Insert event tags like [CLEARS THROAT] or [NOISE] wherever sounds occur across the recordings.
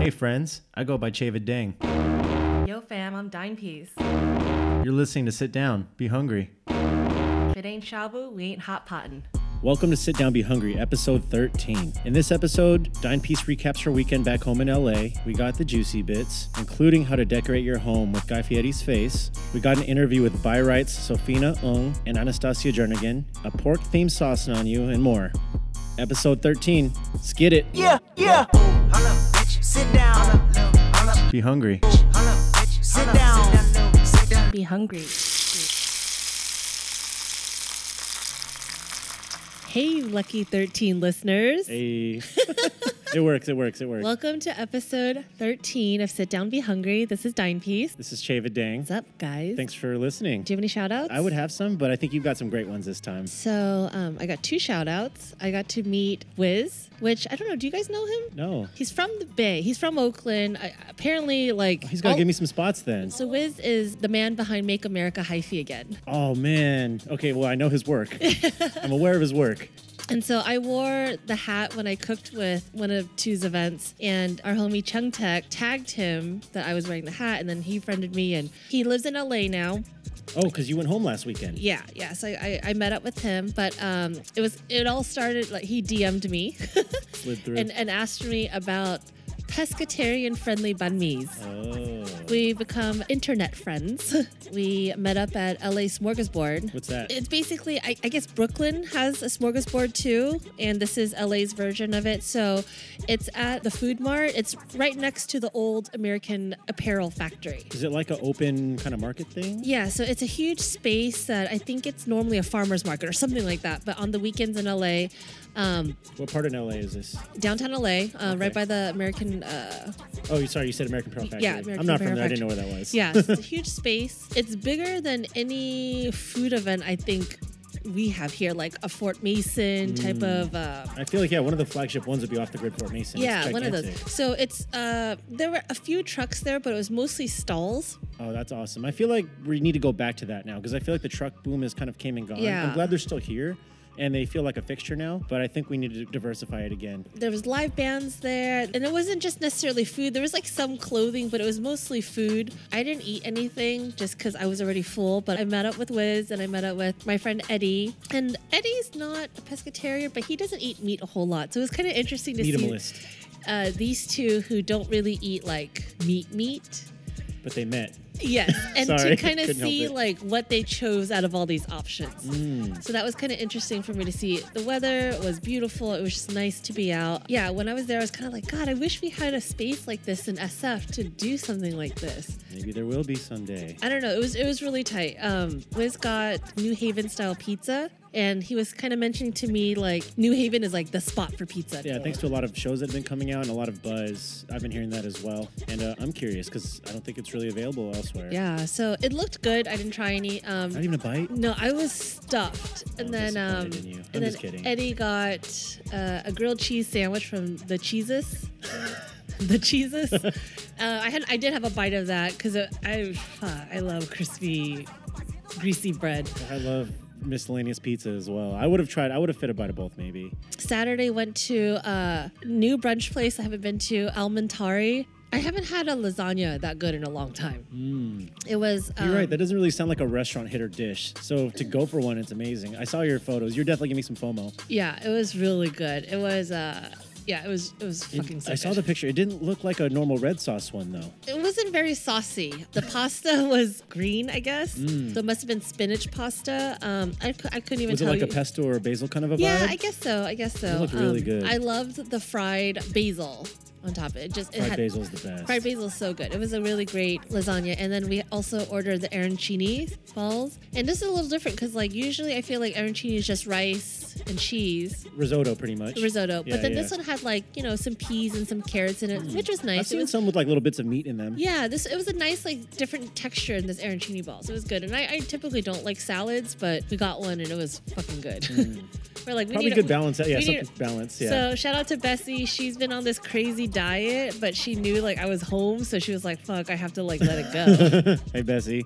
Hey friends, I go by Chavid Dang. Yo, fam, I'm Dine Peas. You're listening to Sit Down, Be Hungry. If it ain't shabu, we ain't hot potting. Welcome to Sit Down Be Hungry, episode 13. In this episode, Dine Piece recaps her weekend back home in LA. We got the juicy bits, including how to decorate your home with Guy Fieri's face. We got an interview with Byrights, Sofina Ung, and Anastasia Jernigan, a pork themed sauce on you, and more. Episode 13, skid it, Yeah, yeah. Hold up, bitch. Sit down. Hold up, be hungry. hold up, bitch. Sit Hold up, down. Sit down. low, Sit down. Be hungry. Hey, lucky 13 listeners. Hey. [LAUGHS] it works, it works, it works. Welcome to episode 13 of Sit Down, Be Hungry. This is Dine Peas. This is Chavid Dang. What's up, guys? Thanks for listening. Do you have any shout outs? I would have some, but I think you've got some great ones this time. So, um, I got two shout outs. I got to meet Wiz, which I don't know. Do you guys know him? No. He's from the Bay. He's from Oakland. I, apparently, like. Oh, He's got to all- give me some spots then. So, Wiz is the man behind Make America Hyphy again. Oh man. Okay, well I know his [LAUGHS] work. I'm aware of his work. And so I wore the hat when I cooked with one of two's events, and our homie Chung Tech tagged him that I was wearing the hat, and then he friended me, and he lives in LA now. Oh, because you went home last weekend. Yeah, yeah. So I, I, I met up with him, but um, it was it all started like he DM'd me, [LAUGHS] Slid through. and and asked me about pescatarian friendly banh mi's. oh. We become internet friends. [LAUGHS] we met up at LA Smorgasbord. What's that? It's basically, I, I guess Brooklyn has a smorgasbord too, and this is LA's version of it. So it's at the Food Mart. It's right next to the old American Apparel Factory. Is it like an open kind of market thing? Yeah, so it's a huge space that I think it's normally a farmer's market or something like that. But on the weekends in LA, um, What part of LA is this? downtown LA, uh, Okay. right by the American uh, Oh, you sorry, you said American Pearl Factory. Yeah, American I'm not Pearl from there. I didn't know Factory. where that was. Yeah, [LAUGHS] it's a huge space. It's bigger than any food event I think we have here, like a Fort Mason type Mm. of. Uh, I feel like yeah, one of the flagship ones would be off the grid Fort Mason. It's yeah, one of those. gigantic. So it's uh, there were a few trucks there, but it was mostly stalls. Oh, that's awesome. I feel like we need to go back to that now because I feel like the truck boom has kind of came and gone. I'm Yeah. glad they're still here and they feel like a fixture now, but I think we need to diversify it again. There was live bands there, and it wasn't just necessarily food. There was like some clothing, but it was mostly food. I didn't eat anything just because I was already full. But I met up with Wiz, and I met up with my friend Eddie. And Eddie's not a pescatarian, but he doesn't eat meat a whole lot, so it was kind of interesting to see. Meetamalist, uh, these two who don't really eat like meat meat. but they met. Yes, [LAUGHS] and Sorry, to kind of couldn't help see it. like what they chose out of all these options. Mm. So that was kind of interesting for me to see. The weather was beautiful. It was just nice to be out. Yeah, when I was there, I was kind of like, God, I wish we had a space like this in SF to do something like this. Maybe there will be someday. I don't know. It was it was really tight. Um, Wiz got New Haven style pizza, and he was kind of mentioning to me like New Haven is like the spot for pizza. Yeah, thanks to a lot of shows that have been coming out and a lot of buzz. I've been hearing that as well. And uh, I'm curious because I don't think it's really available elsewhere. Yeah, so it looked good. I didn't try any. Um, Not even a bite? No, I was stuffed, and I'm then um, disappointed in you. I'm and then just kidding. Eddie got uh, a grilled cheese sandwich from the Cheeses. [LAUGHS] [LAUGHS] the Cheeses. uh, I had, I did have a bite of that because I, fuck, I love crispy, greasy bread. I love miscellaneous pizza as well. I would have tried, I would have fit a bite of both maybe. Saturday went to a new brunch place I haven't been to, Almentari. I haven't had a lasagna that good in a long time. It was. Um, Hmm. You're right. That doesn't really sound like a restaurant hit or dish. So to go for one, it's amazing. I saw your photos. You're definitely giving me some FOMO. yeah, it was really good. It was. Uh, yeah, it was. It was fucking. so I saw good. the picture. It didn't look like a normal red sauce one though. It wasn't very saucy. The pasta [LAUGHS] was green, I guess. So it must have been spinach pasta. Um, I, cou- I couldn't even Mm. Was it tell like you. a pesto or a basil kind of a yeah, vibe? I guess so. I guess so. Um, looked really good. I loved the fried basil on top. It just it Fried had basil's the best. fried basil is so good. It was a really great lasagna. And then we also ordered the arancini balls. And this is a little different because like usually I feel like arancini is just rice and cheese. Risotto, pretty much. Risotto, Yeah, but then yeah. Mm. this one had like you know some peas and some carrots in it, which was nice. I've it seen was some with like little bits of meat in them. Yeah, this it was a nice like different texture in this arancini balls. It was good, and I, I typically don't like salads, but we got one and it was fucking good. [LAUGHS] We're like Hmm. we Probably need good balance. Yeah, we something need- balance. Yeah. So shout out to Bessie. She's been on this crazy diet, but she knew like I was home, so she was like, "Fuck, I have to like let [LAUGHS] it go." hey Bessie.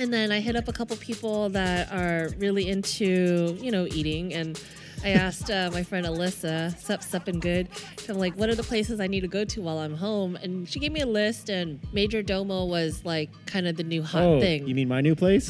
and then I hit up a couple people that are really into you know eating, and I asked uh, my friend Alyssa, sup, sup, and good. I'm like, what are the places I need to go to while I'm home? And she gave me a list, and Major Domo was like kind of the new hot oh, thing. you mean my new [LAUGHS] place?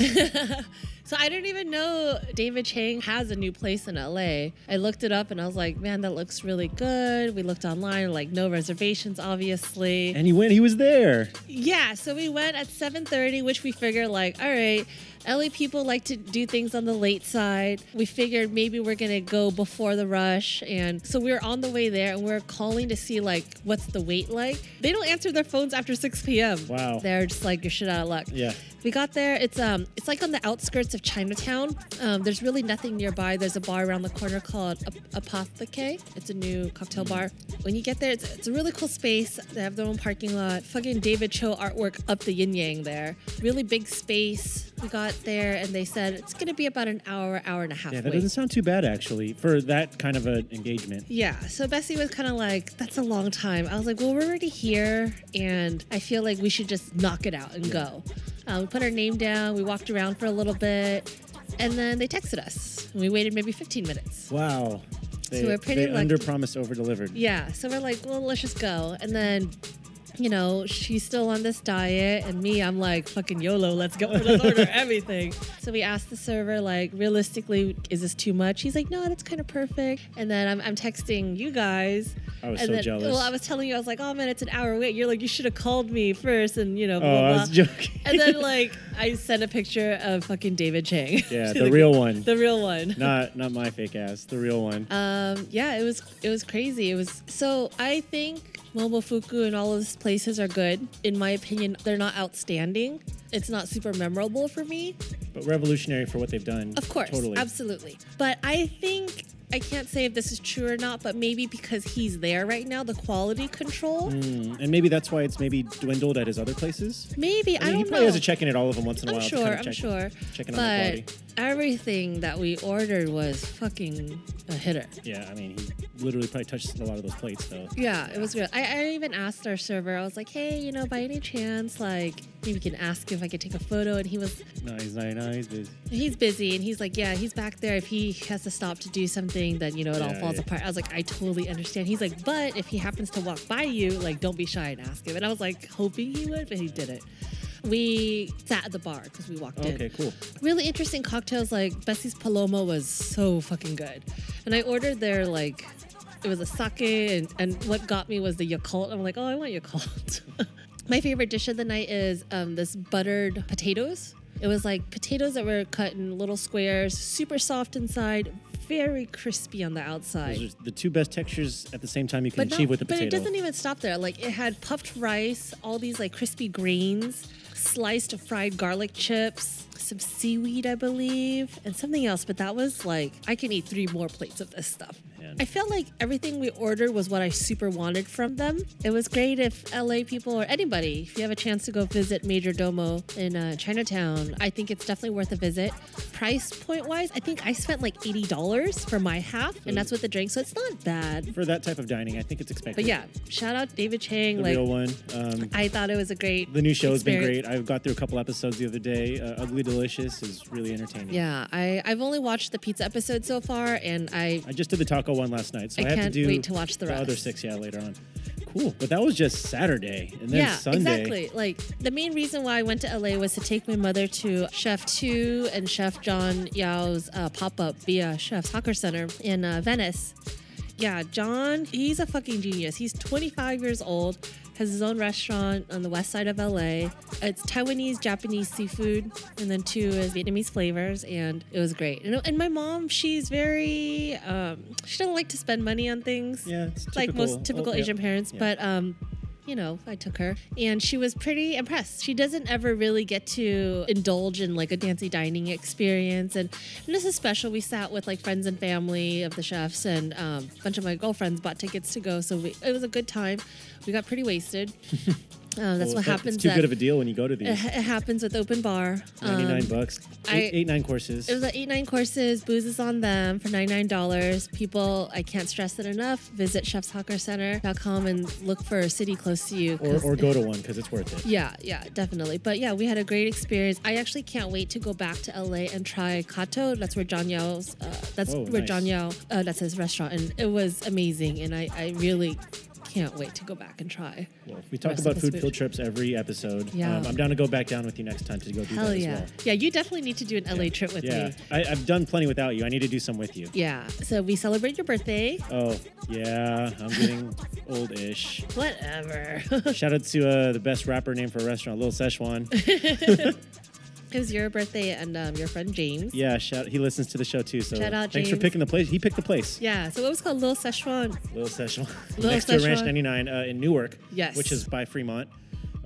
so I didn't even know David Chang has a new place in LA. I looked it up and I was like, man, that looks really good. We looked online, like no reservations, obviously. and he went. He was there. Yeah, so we went at 7:30, which we figured like, all right, LA people like to do things on the late side. We figured maybe we're gonna go before the rush, and so we were on the way there, and we are calling to see like what's the wait like. They don't answer their phones after 6 p.m. Wow. They're just like you're shit out of luck. Yeah. We got there. It's um, it's like on the outskirts of Chinatown. Um, there's really nothing nearby. There's a bar around the corner called Ap- Apothecary. It's a new cocktail bar. When you get there, it's, it's a really cool space. They have their own parking lot. Fucking David Cho artwork up the yin yang there. Really big space. We got there and they said it's gonna be about an hour, hour and a half. Yeah, that wait. doesn't sound too bad actually for that kind of an engagement. Yeah. So Bessie was kind of like, that's a long time. I was like, well, we're already here, and I feel like we should just knock it out and go. Uh, we put our name down. We walked around for a little bit, and then they texted us. And we waited maybe 15 minutes. Wow. They, we're pretty they lucky. under promised, over delivered. Yeah. So we're like, well, let's just go. And then, you know, she's still on this diet, and me, I'm like, fucking YOLO, let's go. [LAUGHS] Let's order everything. So we asked the server, like, realistically, is this too much? He's like, no, that's kind of perfect. And then I'm, I'm texting you guys. I was and so then, jealous. Well, I was telling you, I was like, oh man, it's an hour wait. You're like, you should have called me first, and you know, blah, oh, blah, I was blah. joking. And [LAUGHS] then, like, I sent a picture of fucking David Chang. [LAUGHS] yeah, To the real one, The real one. not not my fake ass, the real one. Um, yeah, it was it was crazy. It was so I think Momofuku and all of these places are good. In my opinion, they're not outstanding. It's not super memorable for me. but revolutionary for what they've done. Of course, totally. absolutely. But I think I can't say if this is true or not, but maybe because he's there right now, the quality control. Mm, and maybe that's why it's maybe dwindled at his other places. Maybe I, mean, don't he know. probably has a check in at all of them once in a I'm while. to sure. kind of I'm check- sure. Checking but on the quality. everything that we ordered was fucking a hitter. Yeah, I mean, he literally probably touched a lot of those plates though. Yeah, it was real. I, I even asked our server. I was like, "Hey, you know, by any chance, like, maybe you can ask if I could take a photo?" And he was, No, he's not. No, he's busy. he's busy, and he's like, "Yeah, he's back there. If he has to stop to do something, then you know it all Yeah, falls yeah. apart." I was like, "I totally understand." He's like, "But if he happens to walk by you, like, don't be shy and ask him." And I was like, hoping he would, but he didn't. We sat at the bar because we walked in Okay, cool. really interesting cocktails like Bessie's Paloma was so fucking good. And I ordered their like it was a sake and, and what got me was the Yakult. I'm like, oh I want Yakult. [LAUGHS] My favorite dish of the night is um, this buttered potatoes. It was like potatoes that were cut in little squares, super soft inside, very crispy on the outside. Those are the two best textures at the same time you can achieve with a but potato. it doesn't e- even stop there. Like it had puffed rice, all these like crispy grains, sliced fried garlic chips, some seaweed, I believe, and something else. But that was like I can eat three more plates of this stuff. Man. I felt like everything we ordered was what I super wanted from them. It was great if LA people or anybody, if you have a chance to go visit Major Domo in uh, Chinatown, I think it's definitely worth a visit. Price point wise, I think I spent like $80 for my half, and that's with the drink, so it's not bad. for that type of dining, I think it's expected. But yeah, shout out David Chang. the like real one. Um, I thought it was a great. the new show has been experience. great. I got through a couple episodes the other day. Uh, Ugly Delicious is really entertaining. Yeah, I I've only watched the pizza episode so far, and I I just did the taco one last night, so I I, have can't to do wait to watch the other rest. six. Yeah, later on. Cool, but that was just Saturday, and then yeah Sunday. exactly like the main reason why I went to LA was to take my mother to Chef Two and Chef John Yao's uh, pop up via Chef's Hawker Center in uh, Venice. Yeah, John, he's a fucking genius. He's 25 years old, has his own restaurant on the west side of LA. It's Taiwanese, Japanese seafood, and then two is Vietnamese flavors, and it was great. And, and my mom, she's very, um, she doesn't like to spend money on things Yeah, it's like typical. most typical Oh, yeah. Asian parents, Yeah. but um, you know, I took her and she was pretty impressed. She doesn't ever really get to indulge in like a fancy dining experience, and, and this is special. We sat with like friends and family of the chefs, and [LAUGHS] um, a bunch of my girlfriends bought tickets to go, so we, it was a good time. We got pretty wasted. Um, that's Well, what it's not- happens. It's too at- good of a deal when you go to [LAUGHS] it, these. ha- it happens with open bar. Um, 99 bucks. I- Eight, eight, nine courses. It was like eight nine courses, booze is on them for ninety nine dollars. People, I can't stress it enough. Visit chefshawkercenter.com and look for a city close to you. or, 'cause- or [LAUGHS] go to one because it's worth it. yeah, yeah, definitely. But yeah, we had a great experience. I actually can't wait to go back to LA and try Kato. That's where John Yao's. Uh, that's Oh, where nice. John Yao. Uh, that's his restaurant, and it was amazing. And I, I really can't wait to go back and try. Well, we talk Rest about of us food food. field trips every episode. Yeah. Um, I'm down to go back down with you next time to go do Hell that as yeah, well. yeah. You definitely need to do an LA trip with Yeah, me. I, I've done plenty without you. I need to do some with you. Yeah. So we celebrate your birthday. Oh, yeah, I'm [LAUGHS] getting old-ish. Whatever. [LAUGHS] Shout out to uh, the best rapper name for a restaurant, Lil Szechuan. [LAUGHS] It was your birthday and um, your friend James. Yeah, shout. He listens to the show too. So Shout out, thanks for James. picking the place. He picked the place. Yeah, so it was called Little Szechuan. Little Szechuan. Little Next to Ranch Szechuan. 99 uh, in Newark. Yes. Which is by Fremont.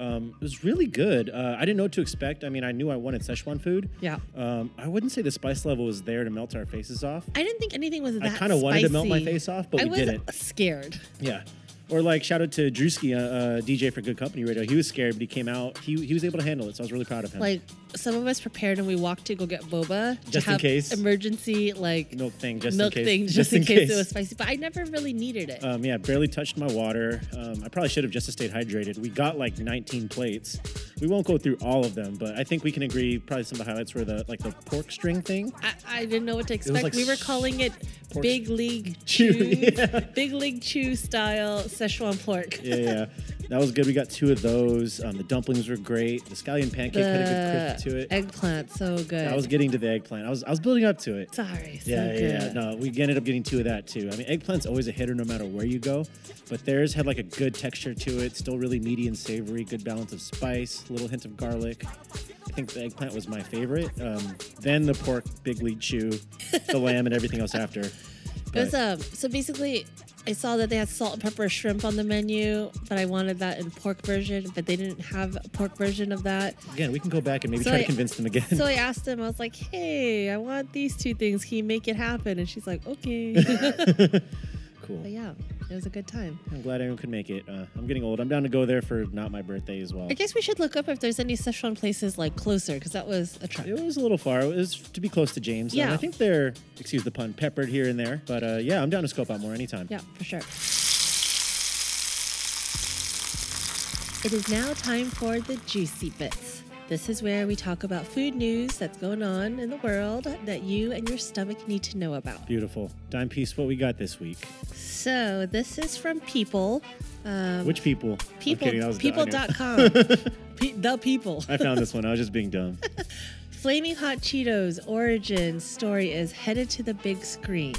Um, it was really good. Uh, I didn't know what to expect. I mean, I knew I wanted Szechuan food. Yeah. Um, I wouldn't say the spice level was there to melt our faces off. I didn't think anything was that I kinda wanted to melt my spicy. face off, but I we was didn't. scared. Yeah. Or like shout out to Drewski, uh, uh, DJ for Good Company Radio. He was scared, but he came out. He, he was able to handle it, so I was really proud of him. Like, some of us prepared and we walked to go get boba. to Just in have case. Emergency, like, milk thing, just milk in case. thing, just, in, case. it was spicy. But I never really needed it. Um, yeah, barely touched my water. Um, I probably should have just stayed hydrated. We got like 19 plates. We won't go through all of them, but I think we can agree. Probably some of the highlights were the like the pork string thing. I, I didn't know what to expect. like we were s- calling it pork- Big League Chew, Chew, [LAUGHS] yeah. Big League Chew style Szechuan pork. Yeah, yeah, that was good. We got two of those. Um, the dumplings were great. The scallion pancake had a good The crisp to it. eggplant, so good. I was getting to the eggplant. I was I was building up to it. Sorry, so Yeah, yeah, yeah. good. No, we ended up getting two of that too. I mean, eggplant's always a hitter no matter where you go, but theirs had like a good texture to it, still really meaty and savory, good balance of spice, little hint of garlic. I think the eggplant was my favorite. Um, then the pork, big lead chew, the lamb, and everything else after. It was But- um so basically I saw that they had salt and pepper shrimp on the menu, but I wanted that in pork version, but they didn't have a pork version of that. again, we can go back and maybe So try I- to convince them again. So I asked him, I was like, Hey, I want these two things. Can you make it happen? And she's like, Okay. but [LAUGHS] cool. yeah, it was a good time. I'm glad everyone could make it. Uh, I'm getting old. I'm down to go there for not my birthday as well. I guess we should look up if there's any Szechuan places like closer, because that was a trip. It was a little far. It was to be close to James. And Yeah. I think they're, excuse the pun, peppered here and there. But uh, yeah, I'm down to scope out more anytime. Yeah, for sure. It is now time for the juicy bits. This is where we talk about food news that's going on in the world that you and your stomach need to know about. Beautiful. Dime piece, what we got this week? So, this is from People. Um, Which people? I'm people? kidding, that was- I knew. People.com. Pe- the People. [LAUGHS] I found this one. I was just being dumb. Flaming Hot Cheetos origin story is headed to the big screen.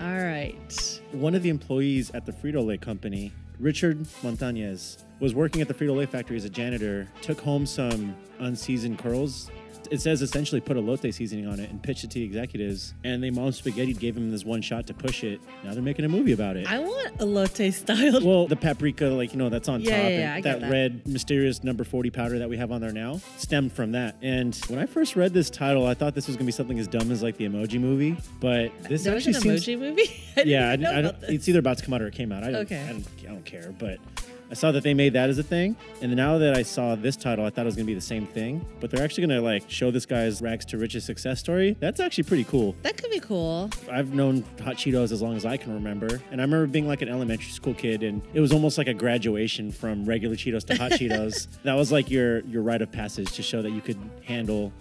All right. One of the employees at the Frito Lay company, Richard Montañez, was working at the Frito Lay factory as a janitor, took home some unseasoned curls. It says essentially put elote seasoning on it and pitched it to the executives, and they mom spaghetti gave him this one shot to push it. Now they're making a movie about it. I want elote style Well, the paprika, like you know, that's on Yeah, top. yeah, and yeah, I get that, that. red mysterious number forty powder that we have on there now stemmed from that. And when I first read this title, I thought this was gonna be something as dumb as like the Emoji Movie, but this There was actually an emoji seems. movie. [LAUGHS] I didn't yeah, even I, know I about don't, this. it's either about to come out or it came out. I don't, Okay. I don't, I don't care, but. I saw that they made that as a thing, and now that I saw this title, I thought it was gonna be the same thing. But they're actually gonna like show this guy's rags to riches success story. That's actually pretty cool. That could be cool. I've known hot Cheetos as long as I can remember. And I remember being like an elementary school kid and it was almost like a graduation from regular Cheetos to hot Cheetos. [LAUGHS] That was like your your rite of passage to show that you could handle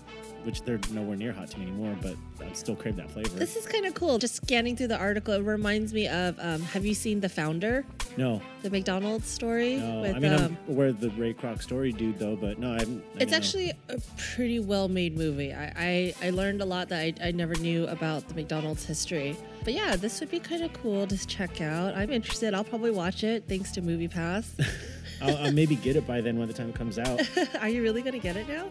which they're nowhere near hot to me anymore, but I still crave that flavor. This is kind of cool. Just scanning through the article, it reminds me of um, Have you seen The Founder, no. the McDonald's story? No. with, I mean um, I'm aware of the Ray Kroc story dude though, but no, I haven't I it's mean, no. actually a pretty well made movie. I, I, I learned a lot that I, I never knew about the McDonald's history. But yeah, this would be kind of cool to check out. I'm interested. I'll probably watch it thanks to Movie Pass. I'll, I'll maybe get it by then when the time comes out. [LAUGHS] Are you really going to get it now?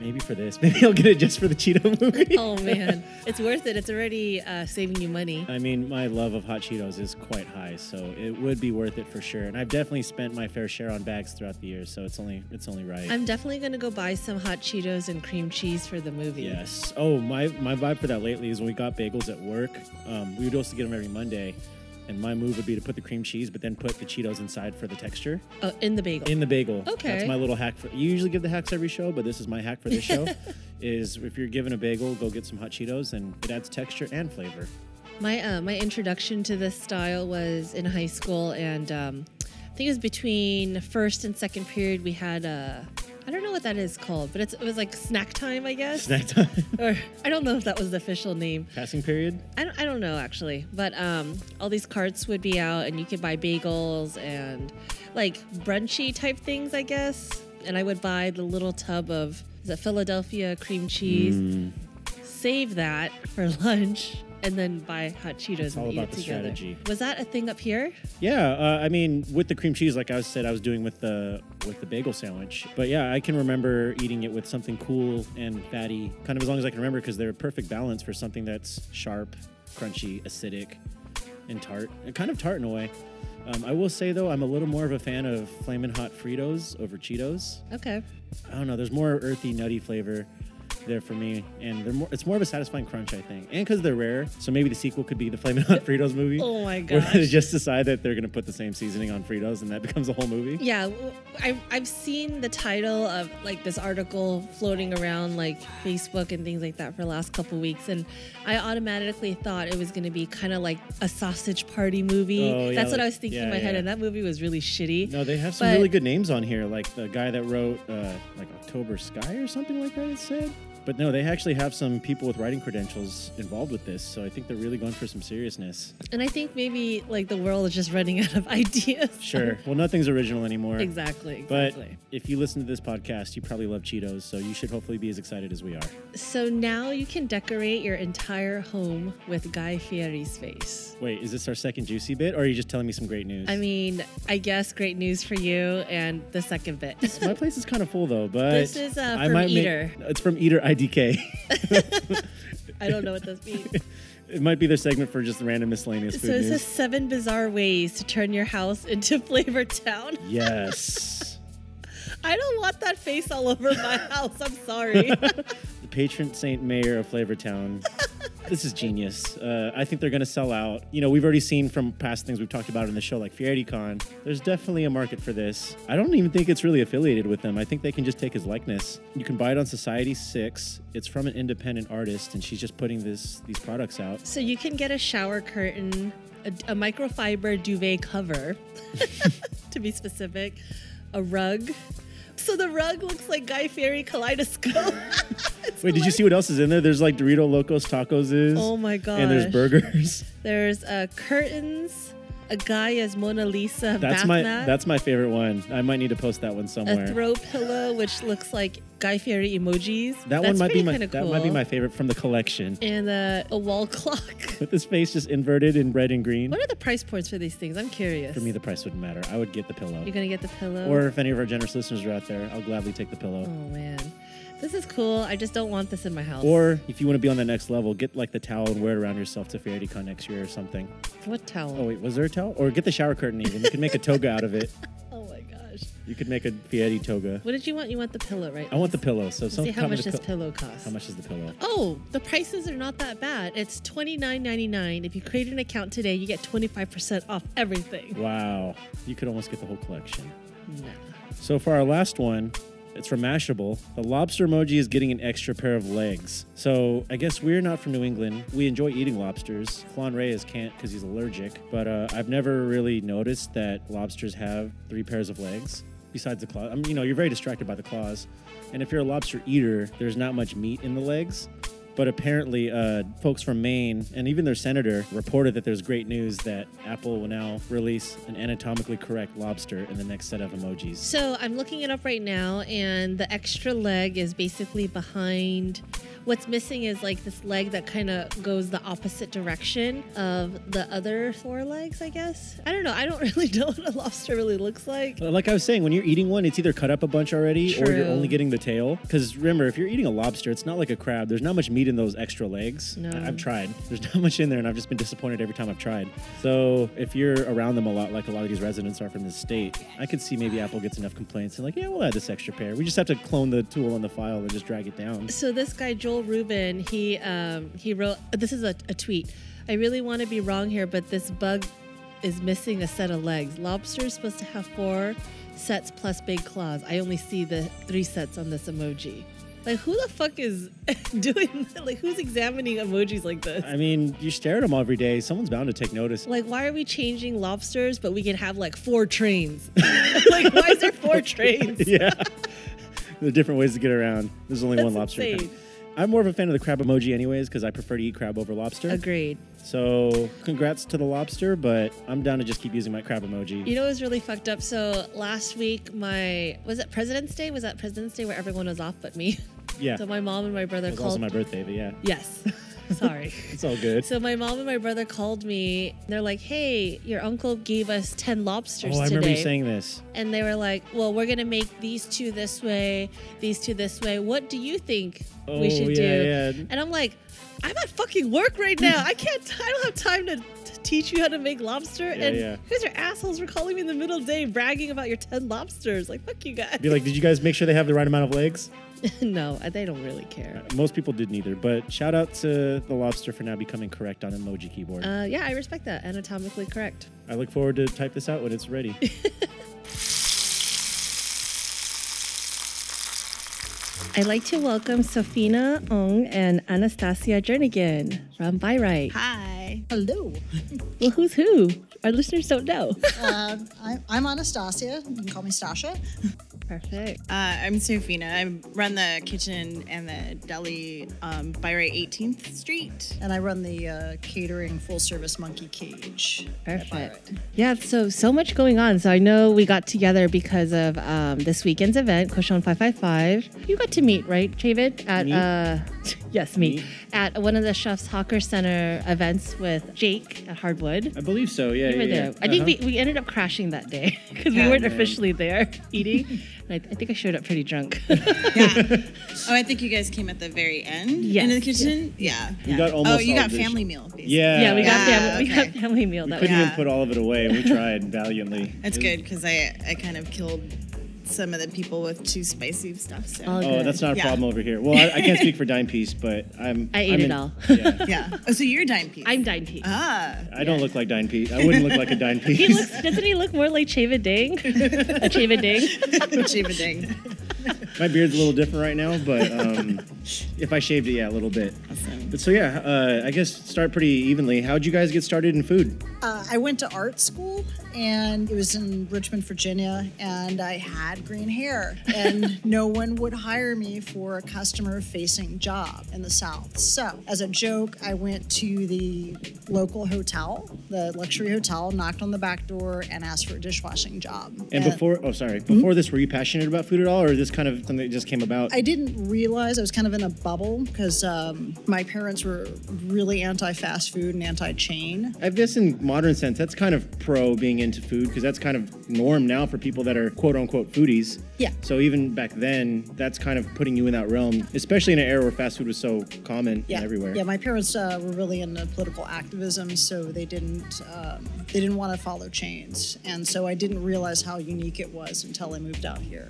maybe for this. [LAUGHS] Maybe I'll get it just for the Cheeto movie. [LAUGHS] Oh, man. [LAUGHS] it's worth it. It's already uh, saving you money. I mean, my love of hot Cheetos is quite high, so it would be worth it for sure. And I've definitely spent my fair share on bags throughout the years, so it's only it's only right. I'm definitely gonna go buy some hot Cheetos and cream cheese for the movie. yes. Oh, my my vibe for that lately is when we got bagels at work. Um, we would also get them every Monday. And my move would be to put the cream cheese, but then put the Cheetos inside for the texture Oh, in the bagel. in the bagel. Okay. That's my little hack for. You usually give the hacks every show, but this is my hack for this show. is if you're given a bagel, go get some hot Cheetos, and it adds texture and flavor. My uh, my introduction to this style was in high school, and um, I think it was between first and second period. We had a I don't know what that is called, but it's, it was like snack time, I guess. Snack time. Or I don't know if that was the official name. [LAUGHS] Passing period. I don't, I don't know actually, but um, all these carts would be out, and you could buy bagels and like brunchy type things, I guess. And I would buy the little tub of is it Philadelphia cream cheese, Mm. save that for [LAUGHS] lunch, and then buy hot Cheetos It's all and eat about it the together. strategy. Was that a thing up here? Yeah, uh, I mean, with the cream cheese, like I said, I was doing with the with the bagel sandwich. But yeah, I can remember eating it with something cool and fatty, kind of as long as I can remember, because they're a perfect balance for something that's sharp, crunchy, acidic, and tart. Uh, Kind of tart in a way. Um, I will say though, I'm a little more of a fan of flamin' hot Fritos over Cheetos. Okay. I don't know. There's more earthy, nutty flavor there for me, and they're more. It's more of a satisfying crunch, I think, and because they're rare. So maybe the sequel could be the Flamin' [LAUGHS] Hot Fritos movie. Oh my Where they gosh. just decide that they're gonna put the same seasoning on Fritos, and that [LAUGHS] becomes a whole movie. Yeah, w- I've, I've seen the title of like this article floating around like Facebook and things like that for the last couple weeks, and I automatically thought it was going to be kind of like a sausage party movie. Oh, yeah, That's what like- I was thinking in yeah, my head, yeah. and that movie was really shitty. No, they have some But- really good names on here, like the guy that wrote uh, like October Sky or something like that. It said. But no, they actually have some people with writing credentials involved with this, so I think they're really going for some seriousness. And I think maybe like the world is just running [LAUGHS] out of ideas. Sure. well, nothing's original anymore. [LAUGHS] exactly. But Exactly. if you listen to this podcast, you probably love Cheetos, so you should hopefully be as excited as we are. so now you can decorate your entire home with Guy Fieri's face. Wait, is this our second juicy bit, or are you just telling me some great news? I mean, [LAUGHS] I guess great news for you and the second bit. [LAUGHS] my place is kind of full though, but This is, uh, I from might ma- Eater. it's from Eater IDK. I don't know what this means. [LAUGHS] it might be their segment for just random miscellaneous So food this news. is seven bizarre ways to turn your house into [LAUGHS] Flavor Town. Yes, I don't want that face all over my [LAUGHS] house. I'm [LAUGHS] sorry. the patron saint mayor of [LAUGHS] Flavortown. this is genius. Uh, I think they're going to sell out. You know, we've already seen from past things we've talked about in the show, like FieriCon. There's definitely a market for this. I don't even think it's really affiliated with them. I think they can just take his likeness. You can buy it on Society Six. It's from an independent artist, and she's just putting this these products out. so you can get a shower curtain, a, a microfiber duvet cover, [LAUGHS] to be specific, a rug. So the rug looks like Guy [LAUGHS] Fieri kaleidoscope. Wait, did you It's hilarious. see what else is in there? There's like Dorito Locos tacos is. Oh my gosh. And there's burgers. [LAUGHS] There's uh, curtains, a guy as Mona Lisa That's bath my mat, that's my favorite one. I might need to post that one somewhere. a throw pillow which looks like Guy Fieri emojis. that That's one might be pretty my kinda that might be cool. my favorite from the collection. And uh, a wall [LAUGHS] clock. With his face just inverted in red and green. what are the price points for these things? I'm curious. For me, the price wouldn't matter. I would get the pillow. You're gonna get the pillow. Or if any of our generous listeners are out there, I'll gladly take the pillow. oh man, this is cool. I just don't want this in my house. Or if you want to be on the next level, get like the towel and wear it around yourself to FairyCon next year or something. what towel? Oh wait, was there a towel? Or get the shower curtain even. You can make a toga out of it. Oh my gosh. You could make a Fieri toga. What did you want? You want the pillow, right? I want the pillow. So some See how much this pillow. pillow costs. How much is the pillow? Oh, the prices are not that bad. It's $29.99. If you create an account today, you get twenty five percent off everything. Wow. You could almost get the whole collection. Nah. So for our last one, it's from Mashable. The lobster emoji is getting an extra pair of legs. So I guess we're not from New England. We enjoy eating lobsters. Juan Reyes can't because he's allergic. But uh, I've never really noticed that lobsters have three pairs of legs besides the claws. I mean, you know, you're very distracted by the claws. And if you're a lobster eater, there's not much meat in the legs. But apparently, uh, folks from Maine and even their senator reported that there's great news that Apple will now release an anatomically correct lobster in the next set of emojis. So I'm looking it up right now, and the extra leg is basically behind. What's missing is like this leg that kind of goes the opposite direction of the other four legs, I guess. I don't know. I don't [LAUGHS] really know what a lobster really looks like. Uh, Like I was saying, when you're eating one, it's either cut up a bunch already or True. you're only getting the tail. Because remember, if you're eating a lobster, it's not like a crab. There's not much meat in those extra legs. No. I- I've tried. [LAUGHS] There's not much in there, and I've just been disappointed every time I've tried. So if you're around them a lot, like a lot of these residents are from this state, I could see maybe Apple gets enough complaints and like, yeah, we'll add this extra pair. We just have to clone the tool on the file and just drag it down. So this guy Joel Rubin, he um, he wrote. This is a, a tweet. I really want to be wrong here, but this bug is missing a set of legs. Lobster is supposed to have four sets plus big claws. I only see the three sets on this emoji. Like, who the fuck is [LAUGHS] doing that? Like, who's examining emojis like this? I mean, you stare at them every day. Someone's bound to take notice. Like, why are we changing lobsters, but we can have like four trains? [LAUGHS] like, why is there [LAUGHS] four trains? [LAUGHS] yeah. There are different ways to get around. There's only one That's lobster. insane. I'm more of a fan of the crab emoji, anyways, because I prefer to eat crab over lobster. Agreed. So, congrats to the lobster, but I'm down to just keep using my crab emoji. You know, it was really fucked up. So last week, my was it President's Day? Was that President's Day where everyone was off but me? yeah. So my mom and my brother It was also called. my birthday, but yeah, yes. Sorry. it's all good. So my mom and my brother called me. They're like, "Hey, your uncle gave us ten lobsters oh, I today." remember you saying this. and they were like, "Well, we're gonna make these two this way, these two this way. What do you think Oh, we should yeah, do?" yeah. And I'm like, "I'm at fucking work right now. I can't. I don't have time to." to Teach you how to make lobster, Yeah, and yeah. you guys are assholes for calling me in the middle of the day bragging about your ten lobsters. Like fuck you guys. Be like, did you guys make sure they have the right amount of legs? [LAUGHS] no, they don't really care. Most people didn't either, but shout out to the lobster for now becoming correct on emoji keyboard. Uh, yeah, I respect that. Anatomically correct. I look forward to type this out when it's [LAUGHS] ready. I'd like to welcome Sofina Ong and Anastasia Jernigan from Byright. Hi. Hello. Well, who's who? Our listeners don't know. [LAUGHS] Uh, I, I'm Anastasia. You can call me Stasha. Perfect. Uh, I'm Sophina. I run the kitchen and the deli um, by right 18th Street. And I run the uh, catering full service monkey cage. at Perfect. Byron. Yeah, so so much going on. So I know we got together because of um, this weekend's event, Cochon Five Five Five. You got to meet, right, David? At Meet? uh, [LAUGHS] yes, meet Meet. at one of the Chefs Hawker Center events with Jake at Hardwood. I believe so. Oh, Yeah, Uh-huh. We were there. I think we, we ended up crashing that day [LAUGHS] because we Yeah. weren't officially there [LAUGHS] eating. and I, I think I showed up pretty drunk. [LAUGHS] Yeah. oh, I think you guys came at the very end Yes, in the kitchen. Yeah. We got almost. Oh, you all got of the- family meal. Basically. Yeah. yeah, we got Yeah, family, we okay. got family meal. We that couldn't was- even Yeah. put all of it away, and we tried valiantly. [LAUGHS] That's It- good because I I kind of killed some of the people with too spicy stuff. So. Oh, Oh, that's not a Yeah. problem over here. Well, I, I can't speak for Dime Piece, but I'm. I ate I'm it in- all. Yeah. [LAUGHS] yeah. Oh, so you're dime piece. I'm dying to eat. Ah. I don't look like Dime Piece. I wouldn't look like a [LAUGHS] Dime Piece. He looks, doesn't he look more like Chava [LAUGHS] [LAUGHS] Ding? A Chava Ding? Achieve ding. My beard's a little different right now, but um, if I shaved it, yeah, a little bit. Awesome. But so yeah, uh, I guess start pretty evenly. How'd you guys get started in food? [LAUGHS] Uh, I went to art school and it was in Richmond, Virginia, and I had green hair. And no one would hire me for a customer facing job in the South. So, as a joke, I went to the local hotel, the luxury hotel, knocked on the back door, and asked for a dishwashing job. And before, oh sorry, before this, were you passionate about food at all, or is this kind of something that just came about? I didn't realize I was kind of in a bubble because um, my parents were really anti fast food and anti chain. I guess in modern sense, that's kind of pro being into food because that's kind of norm now for people that are quote unquote foodies. Yeah. So even back then, that's kind of putting you in that realm, especially in an era where fast food was so common Yeah, and everywhere. Yeah, my parents uh, were really into political activism, so they didn't um, they didn't want to follow chains, and so I didn't realize how unique it was until I moved out here.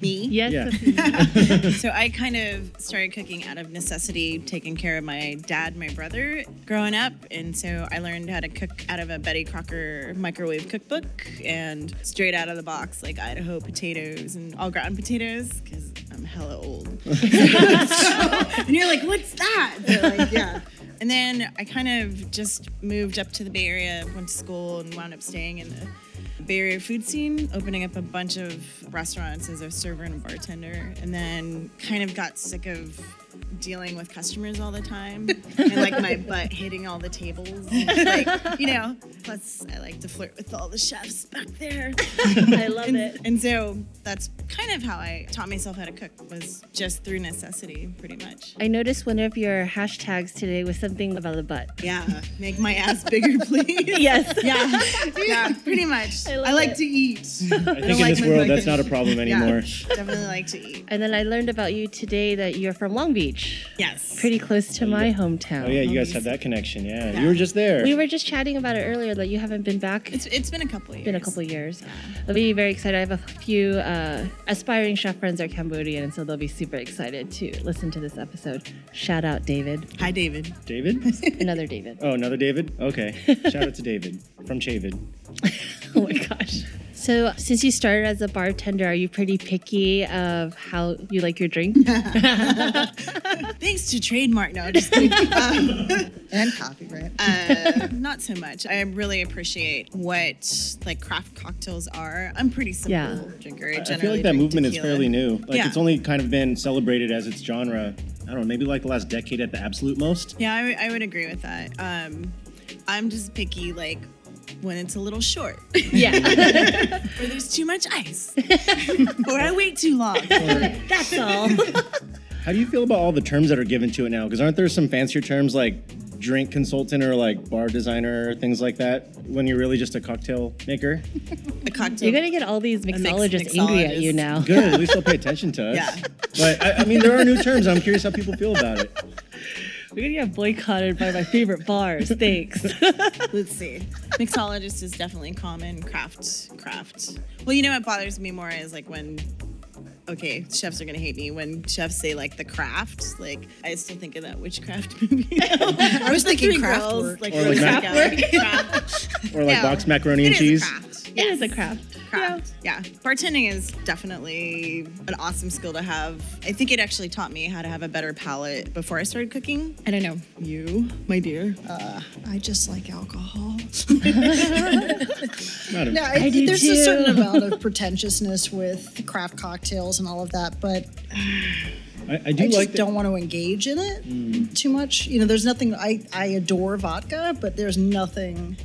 Me. Yes. Yeah. Sophie. [LAUGHS] So I kind of started cooking out of necessity, taking care of my dad, my brother growing up. And so I learned how to cook out of a Betty Crocker microwave cookbook and straight out of the box, like Idaho potatoes and all ground potatoes, because I'm hella old. and you're like, what's that? They're like, yeah. [LAUGHS] And then I kind of just moved up to the Bay Area, went to school, and wound up staying in the Bay Area food scene, opening up a bunch of restaurants as a server and a bartender. And then kind of got sick of dealing with customers all the time and like my butt hitting all the tables. Like, you know, plus I like to flirt with all the chefs back there. I love And, it. and so that's kind of how I taught myself how to cook was just through necessity, pretty much. I noticed one of your hashtags today was something about the butt. [LAUGHS] Yeah, make my ass bigger, [LAUGHS] please. Yes. Yeah, yeah, pretty [LAUGHS] much. I I, love like it. to [LAUGHS] eat. [LAUGHS] I think in like this my world, that's bucket. not a problem anymore. [LAUGHS] Yeah, definitely like to eat. And then I learned about you today that you're from Long Beach, Yes. pretty close to my hometown. Oh yeah, you guys Always. have that connection. Yeah. Yeah. you were just there. We were just chatting about it earlier that you haven't been back. It's, it's been a couple of It's years. been a couple years. I'll be very excited. I have a few uh, uh, aspiring chef friends are Cambodian, and so they'll be super excited to listen to this episode. Shout out David, Hi, David. [LAUGHS] David? another David. [LAUGHS] Oh, another David? Okay. Shout out to David from Chavid. Oh my gosh. So, since you started as a bartender, are you pretty picky of how you like your [LAUGHS] drink? Thanks to trademark. No, just kidding. and copyright. Uh, not so much. I really appreciate what like craft cocktails are. I'm pretty simple Yeah. drinker. I, I feel generally like that drink movement is tequila. fairly new. Like Yeah. it's only kind of been celebrated as its genre. I don't know, maybe like the last decade at the absolute most. Yeah, I, I would agree with that. Um, I'm just picky, like when it's a little short, yeah, or there's too much ice, or I wait too long. [LAUGHS] that's all. [LAUGHS] How do you feel about all the terms that are given to it now? Because aren't there some fancier terms like drink consultant or like bar designer, things like that, when you're really just a cocktail maker? The cocktail. You're gonna get all these mix- mixologists angry at you mixologist. now. Good, at least they'll pay attention to us. Yeah. But I, I mean, there are new terms. I'm curious how people feel about it. We're gonna get boycotted by my favorite bars. [LAUGHS] Thanks. Let's see. Mixologist is definitely common. Craft, craft. Well, you know what bothers me more is like when. Okay, chefs are gonna hate me when chefs say like the craft. Like I still think of that witchcraft [LAUGHS] movie. I was thinking craft crafts, work. like, Or like craft ma- work. [LAUGHS] Craft. Or like No. boxed macaroni and It is a cheese. craft. It is a craft. craft. Yeah. Bartending is definitely an awesome skill to have. I think it actually taught me how to have a better palate before I started cooking. I don't know. You, my dear. I just like alcohol. Not a- No, I, do there's too. a certain amount [LAUGHS] of pretentiousness with craft cocktails and all of that, but I, I do I just like Mm. that- don't want to engage in it too much. You know, there's nothing. I I adore vodka, but there's nothing.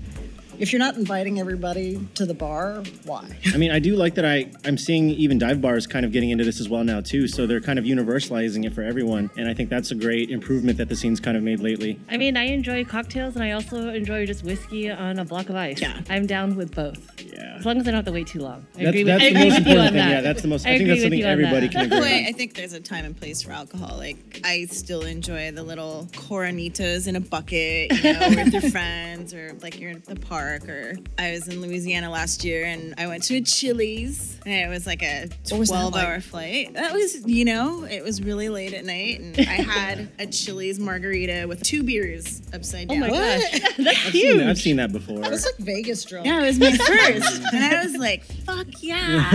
If you're not inviting everybody to the bar, why? I mean, I do like that I, I'm seeing even dive bars kind of getting into this as well now, too. So they're kind of universalizing it for everyone. And I think that's a great improvement that the scene's kind of made lately. I mean, I enjoy cocktails and I also enjoy just whiskey on a block of ice. Yeah. I'm down with both. Yeah. As long as I don't have to wait too long. I That's, agree with, that's I the agree most with you important on thing. that. Yeah, that's the most. I, think agree that's with something you on everybody that. [LAUGHS] can Boy, agree I on. think there's a time and place for alcohol. Like I still enjoy the little coronitas in a bucket, you know, with your friends or like you're at the park. Or I was in Louisiana last year and I went to a Chili's and it was like a What was that 12 hour flight. That was, you know, it was really late at night and I had a Chili's margarita with two beers upside Oh down. my gosh. I've seen, I've seen that before. That's like Vegas drunk. Yeah, it was [LAUGHS] my first, and I was like, "Fuck yeah,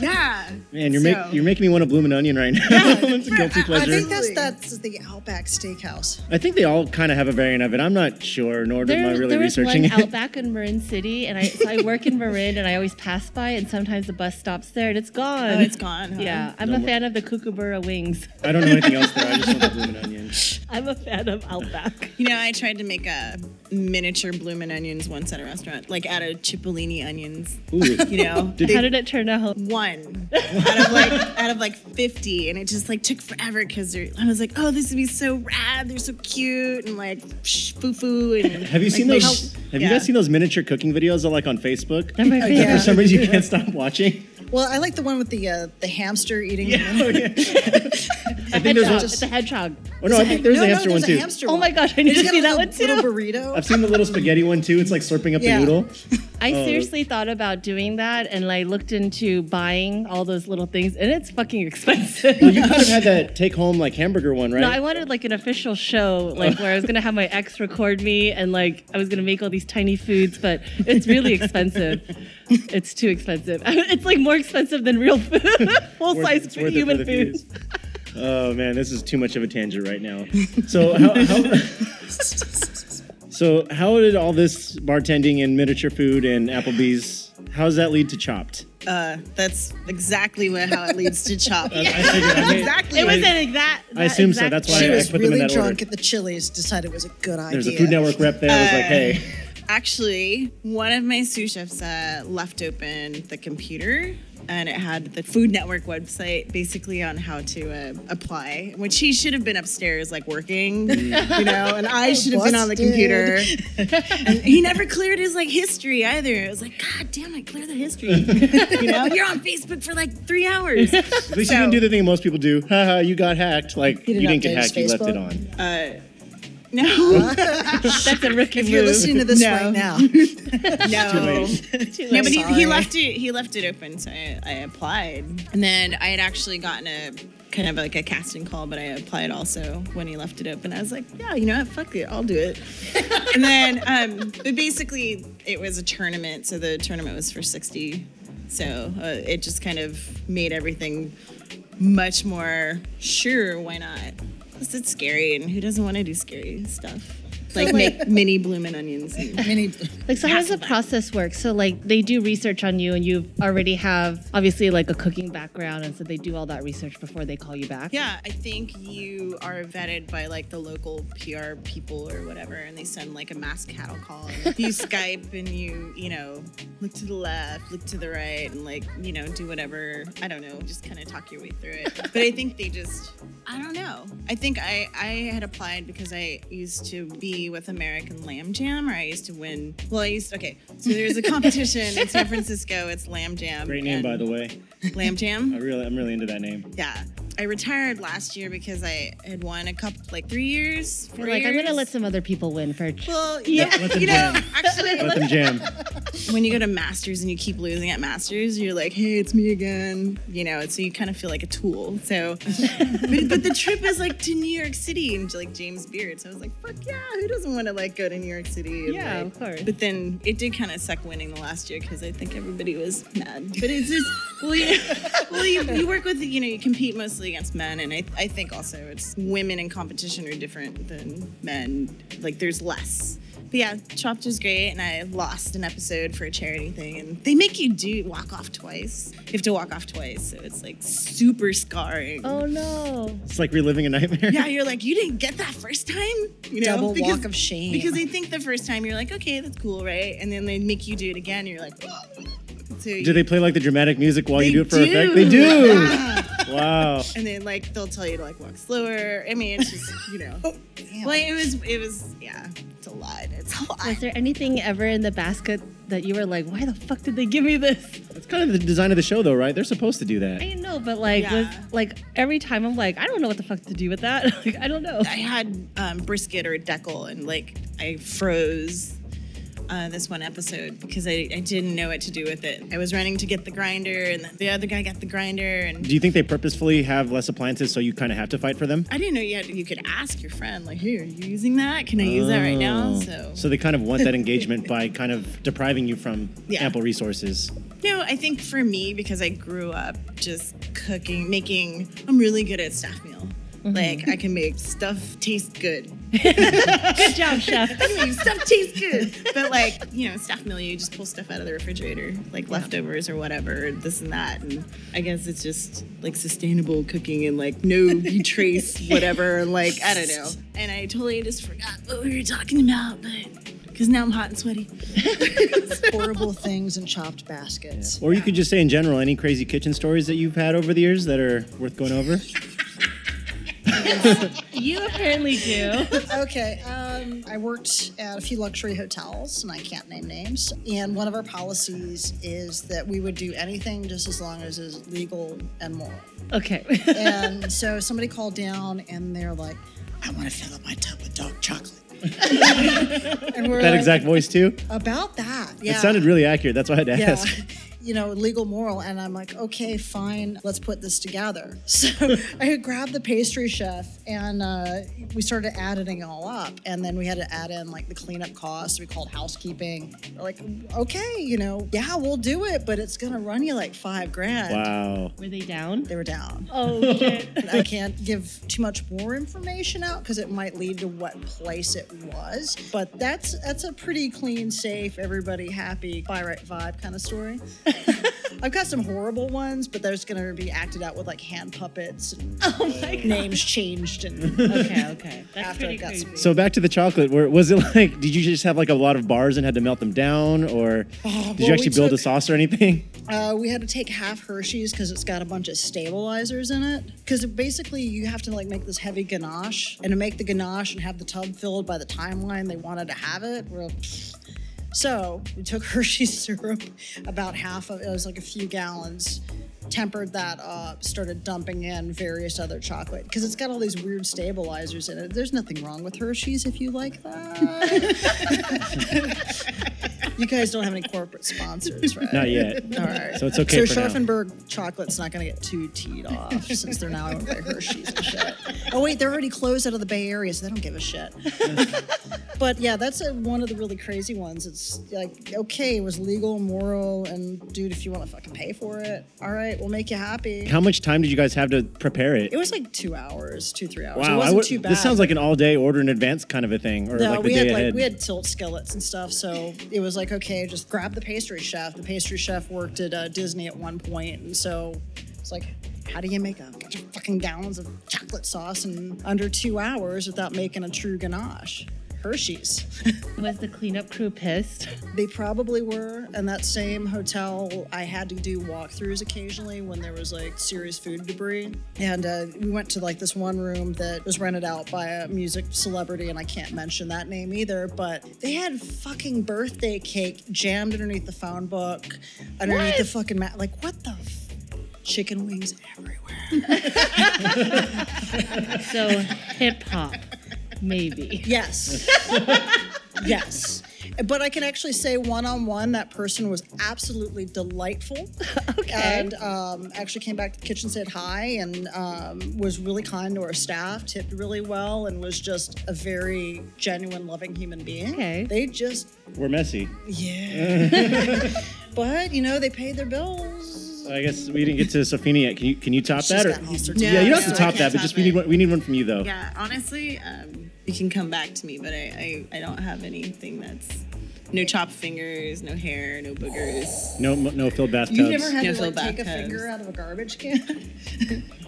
yeah." Man, you're, So- make, you're making me want to bloom an onion right now. [LAUGHS] it's a guilty I pleasure. think that's that's the Outback Steakhouse. they all kind of have a variant of it. I'm not sure, nor did I There, really there was researching one it. out back in Marin City, and I so I work in Marin, and I always pass by, and sometimes the bus stops there, and it's gone. Oh, it's gone. Huh? Yeah, I'm No a more- fan of the Kookaburra wings. [LAUGHS] I don't know anything else there. I just want the blooming onion. I'm a fan of Outback. You know, I tried to make a miniature bloomin' onions once at a restaurant, like out of cipollini onions. Ooh. [LAUGHS] [LAUGHS] You know, How did it turn out? one out of like out of like fifty, and it just like took forever because I was like, oh, this would be so rad. They're so cute and like psh, foo foo. [LAUGHS] And Have you like, seen they those? help- Have yeah. you guys seen those miniature cooking videos that like on Facebook? They're my That [LAUGHS] favorite. For some reason, you can't stop watching. [LAUGHS] Well, I like the one with the uh, the hamster eating. Oh, yeah. I think there's Hedgehog. one. It's a hedgehog. Oh no, I think there's no, a no, hamster there's one too. A hamster Oh my one. gosh, I need It's to got see a that little- one too. Little burrito. I've seen the little spaghetti one too. It's like slurping up Yeah. the noodle. I Mm. seriously thought about doing that and like looked into buying all those little things and it's fucking [LAUGHS] expensive. [LAUGHS] Well, you could have had that take home like hamburger one, right? No, I wanted like an official show, like where I was gonna have my ex record me and like I was gonna make all these tiny foods, but [LAUGHS] it's really expensive. it's too expensive. [LAUGHS] it's like more expensive than real food, [LAUGHS] full Worth- size it's worth it for human the food. views. [LAUGHS] Oh man, this is too much of a tangent right [LAUGHS] now. So how, how [LAUGHS] So how did all this bartending and miniature food and Applebee's how does that lead to chopped? Uh, that's exactly what, how it leads [LAUGHS] to chop. I, figured- [LAUGHS] I made- Exactly. It was an exact. I assume so. exact- That's why she I was put them in really that drunk order. at the Chili's. Decided it was a good idea. There's a Food Network rep there. I Uh, was like, hey, Actually, one of my sous chefs uh, left open the computer and it had the Food Network website basically on how to uh, apply, which he should have been upstairs, like working, [LAUGHS] you know, and I should have been on the computer. Busted. [LAUGHS] And he never cleared his like history either. It was like, God damn it, clear the history. you know, you're on Facebook for like [LAUGHS] three hours. at least you didn't do the thing most people do. Haha, you got hacked. Like you didn't didn't get update hacked. his You left it Facebook? on. No, That's a rookie If you're move. listening [LAUGHS] to this No. right now, [LAUGHS] no. Too No, late. but he, he Sorry. left it. He left it open, so I, I applied, and then I had actually gotten a kind of like a casting call, but I applied also when he left it open. I was like, yeah, you know what, fuck it, I'll do [LAUGHS] it. and then, um, but basically, it was a tournament, so the tournament was for sixty. So uh, it just kind of made everything much more sure. Why not? Plus, it's scary, and who doesn't want to do scary stuff? Like make mini bloomin' onions. And, many Like, so how does the process work? So, like, they do research on you, and you already have obviously like a cooking background, and so they do all that research before they call you back. Yeah, I think you are vetted by like the local PR people or whatever, and they send like a mass cattle call. And you Skype and you, you know, look to the left, look to the right, and like, you know, do whatever. I don't know, just kind of talk your way through it. But I think they just, I don't know. I think I, I had applied because I used to be with American Lamb Jam, or I used to win. Well, I used, okay, so there's a competition in San Francisco, it's Lamb Jam. Great name, by the way. way. Lamb Jam? I really, I'm really into that name. Yeah. I retired last year because I had won a couple, like three years. You're Four like, I'm gonna years. let some other people win for. [LAUGHS] Well, yeah, let them you know, jam. Let actually, them jam. when you go to masters and you keep losing at masters, you're like, hey, it's me again. You know, so you kind of feel like a tool. [LAUGHS] So, but, but the trip is like to New York City and like James Beard. So I was like, fuck yeah, who doesn't want to like go to New York City? and, Yeah, like- of course. But then it did kind of suck winning the last year because I think everybody was mad. But it's just, well, you, well you, you work with, you know, you compete mostly against men. And I, I think also it's women in competition are different than men. Like there's less. But yeah, Chopped was great, and I lost an episode for a charity thing, and they make you do walk off twice. You have to walk off twice, so it's like super scarring. Oh no! It's like reliving a nightmare. Yeah, you're like, you didn't get that first time? You know, double because- walk of shame. Because I think the first time you're like, okay, that's cool, right? And then they make you do it again, and you're like, Whoa. So [LAUGHS] Do you- they play like the dramatic music while you They do it for do. effect? They do. wow. and then like they'll tell you to like walk slower. I mean, it's just you [LAUGHS] know, Oh, Damn. well, it was it was yeah, it's a lot. It's a lot. Was there anything ever in the basket that you were like, why the fuck did they give me this? [LAUGHS] That's kind of the design of the show, though, right? They're supposed to do that. I didn't know, but like, was Yeah. like every time I'm like, I don't know what the fuck to do with that. [LAUGHS] like, I don't know. I had um, brisket or a deckel, and like I froze uh, this one episode because I, I didn't know what to do with it. I was running to get the grinder, and then the other guy got the grinder, and Do you think they purposefully have less appliances so you kind of have to fight for them? I didn't know you had, you could ask your friend like, "Here, are you using that? Can I use that right now?" Oh. So, they kind of want that engagement by kind of depriving you from Yeah. ample resources. no, I think for me because I grew up just cooking, making. I'm really good at staff meal. Mm-hmm. Like I can make stuff taste good. [LAUGHS] [LAUGHS] Good job, chef. Anyway, stuff tastes good. But like, you know, staff meal, you just pull stuff out of the refrigerator, like leftovers or whatever, this and that. And I guess it's just like sustainable cooking and like [LAUGHS] no you trace whatever. Like I don't know. And I totally just forgot what we were talking about, but because now I'm hot and sweaty. horrible things in chopped baskets. Or you could just say in general any crazy kitchen stories that you've had over the years that are worth going over. You apparently do. Okay. Um, I worked at a few luxury hotels, and I can't name names. And one of our policies is that we would do anything just as long as it's legal and moral. [LAUGHS] Okay. [LAUGHS] And so somebody called down, and they're like, "I want to fill up my tub with dark chocolate." and we're That like, exact voice too. about that. Yeah. It sounded really accurate. That's why I had to yeah. ask. [LAUGHS] You know, legal, moral, and I'm like, okay, fine, let's put this together. [LAUGHS] So I had grabbed the pastry chef, and uh, we started adding it all up, and then we had to add in like the cleanup costs. We called housekeeping. We're like, okay, you know, yeah, we'll do it, but it's gonna run you like five grand. Wow. Were they down? They were down. [LAUGHS] Oh shit. I can't give too much more information out because it might lead to what place it was. But that's that's a pretty clean, safe, everybody happy, buy right vibe kind [LAUGHS] of story. I've got some horrible ones, but those gonna be acted out with like hand puppets and Oh my god. names changed and Okay, okay. That's After pretty it got crazy. sweet. So back to the chocolate. Where was it like? Did you just have like a lot of bars and had to melt them down, or did you Oh, well, actually we build a took- sauce or anything? [LAUGHS] uh, we had to take half Hershey's because it's got a bunch of stabilizers in it. Because basically you have to like make this heavy ganache, and to make the ganache and have the tub filled by the timeline they wanted to have it, we're [LAUGHS] So we took Hershey syrup, about half of it was like a few gallons, tempered that up, started dumping in various other chocolate because it's got all these weird stabilizers in it. There's nothing wrong with Hershey's if you like that. [LAUGHS] you guys don't have any corporate sponsors, right? Not yet. [LAUGHS] All right. So it's okay So for now. Scharfenberg chocolate's not going to get too teed [LAUGHS] off since they're now owned by Hershey's and shit. Oh wait, they're already closed out of the Bay Area, so they don't give a [LAUGHS] shit. but yeah, that's uh one of the really crazy ones. It's like okay, it was legal, moral, and dude, if you want to fucking pay for it, all right, we'll make you happy. How much time did you guys have to prepare it? it was like two hours, two three hours. wow, it I wasn't would- too bad. this sounds like an all-day order in advance kind of a thing, or No, like the we day had ahead. like we had tilt skillets and stuff, so it was like okay, just grab the pastry chef. The pastry chef worked at uh, Disney at one point, and so it's like, how do you make a bunch of fucking gallons of chocolate sauce in under two hours without making a true ganache? Hershey's. Was the cleanup crew pissed? They probably were. And that same hotel, I had to do walkthroughs occasionally when there was like serious food debris. And uh, we went to like this one room that was rented out by a music celebrity, and I can't mention that name either, but they had fucking birthday cake jammed underneath the phone book, underneath the fucking mat. Like, what the f- Chicken wings everywhere. So [LAUGHS] hip hop, maybe. Yes. yes. But I can actually say one on one, that person was absolutely delightful. and um, actually came back to the kitchen, said hi, and um, was really kind to our staff, tipped really well, and was just a very genuine, loving human being. Okay. They just, We're messy. yeah. but, you know, they paid their bills. I guess we didn't get to Safina yet. Can you can you top She's that? Or, got all sorts of- yeah, you don't have No, to I top can't that, but top just we it. need one, we need one from you though. Yeah, honestly, um, you can come back to me, but I, I, I don't have anything that's no chopped fingers, no hair, no boogers. No no filled bathtubs. You've never had No to like, fillback take a times. finger out of a garbage can?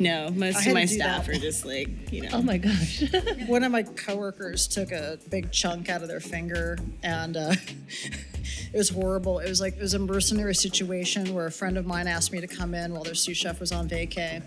No, I most had of my to do staff that. are just like, you know. Oh my gosh. One of my coworkers took a big chunk out of their finger, and uh, [LAUGHS] it was horrible. It was like it was a mercenary situation where a friend of mine asked me to come in while their sous chef was on vacay,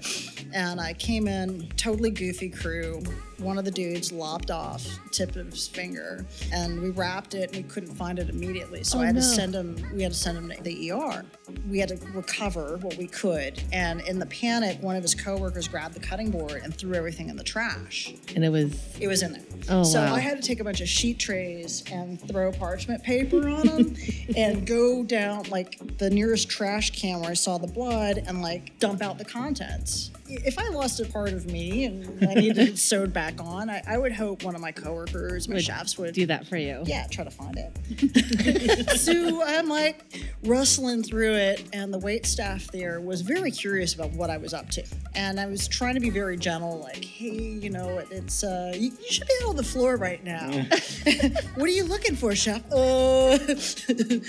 and I came in, totally goofy crew. One of the dudes lopped off tip of his finger, and we wrapped it, and we couldn't find it immediately, so Oh, I had to no. send send 'em- we had to send him to the ER. We had to recover what we could. And in the panic, one of his coworkers grabbed the cutting board and threw everything in the trash. And it was It was in there. Oh, so wow. I had to take a bunch of sheet trays and throw parchment paper [LAUGHS] on them and go down like the nearest trash can where I saw the blood and like dump out the contents. If I lost a part of me and I [LAUGHS] needed it sewed back on, I, I would hope one of my coworkers, my chefs would do that for you. yeah, try to find [LAUGHS] it. so I'm like rustling through it, and the wait staff there was very curious about what I was up to. And I was trying to be very gentle, like, hey, you know, it, it's, uh, you, you should be out on the floor right now. [LAUGHS] what are you looking for, chef? Uh,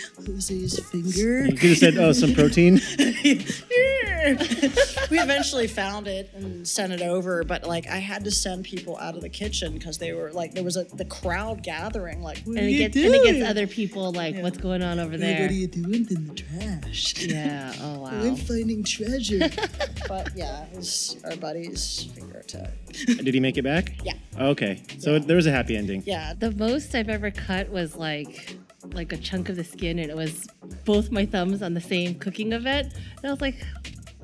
[LAUGHS] Jose's finger. [LAUGHS] You could have said, "Oh, some protein." we eventually found it and sent it over, but like I had to send people out of the kitchen because they were like there was a the crowd gathering like what And are it you gets and it doing? gets other people like, what's going on over there? What are you doing in the trash? Yeah. Oh [LAUGHS] wow. I'm finding treasure. [LAUGHS] but yeah, it was our buddy's fingertip. Did he make it back? Yeah. Okay, so there was a happy ending. Yeah. The most I've ever cut was like like a chunk of the skin and it was both my thumbs on the same cooking event. And I was like,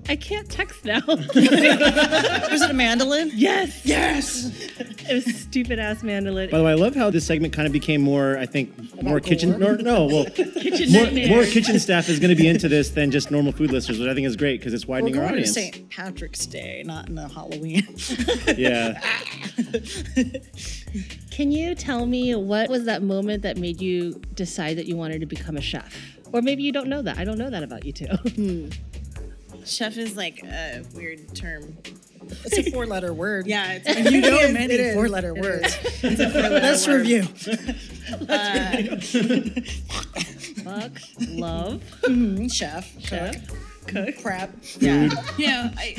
I can't [LAUGHS] text now. Was it a mandolin? yes. Yes. it was stupid ass mandolin. By the way, I love how this segment kind of became more, I think, more kitchen. gore? Or, no, [LAUGHS] well, Kitchen more, nightmares. more kitchen staff is going to be into this than just normal food listeners, which I think is great because it's We're widening our going to audience. St. Patrick's Day, not in the Halloween. [LAUGHS] Yeah. Can you tell me what was that moment that made you decide that you wanted to become a chef? Or maybe you don't know that. I don't know that about you two. Chef is like a weird term. it's a four-letter word. [LAUGHS] Yeah, [LAUGHS] it's You know many four-letter words. Let's review. [LAUGHS] Fuck, love, Mm, Chef, cook, cook. prep. Yeah. You know, I,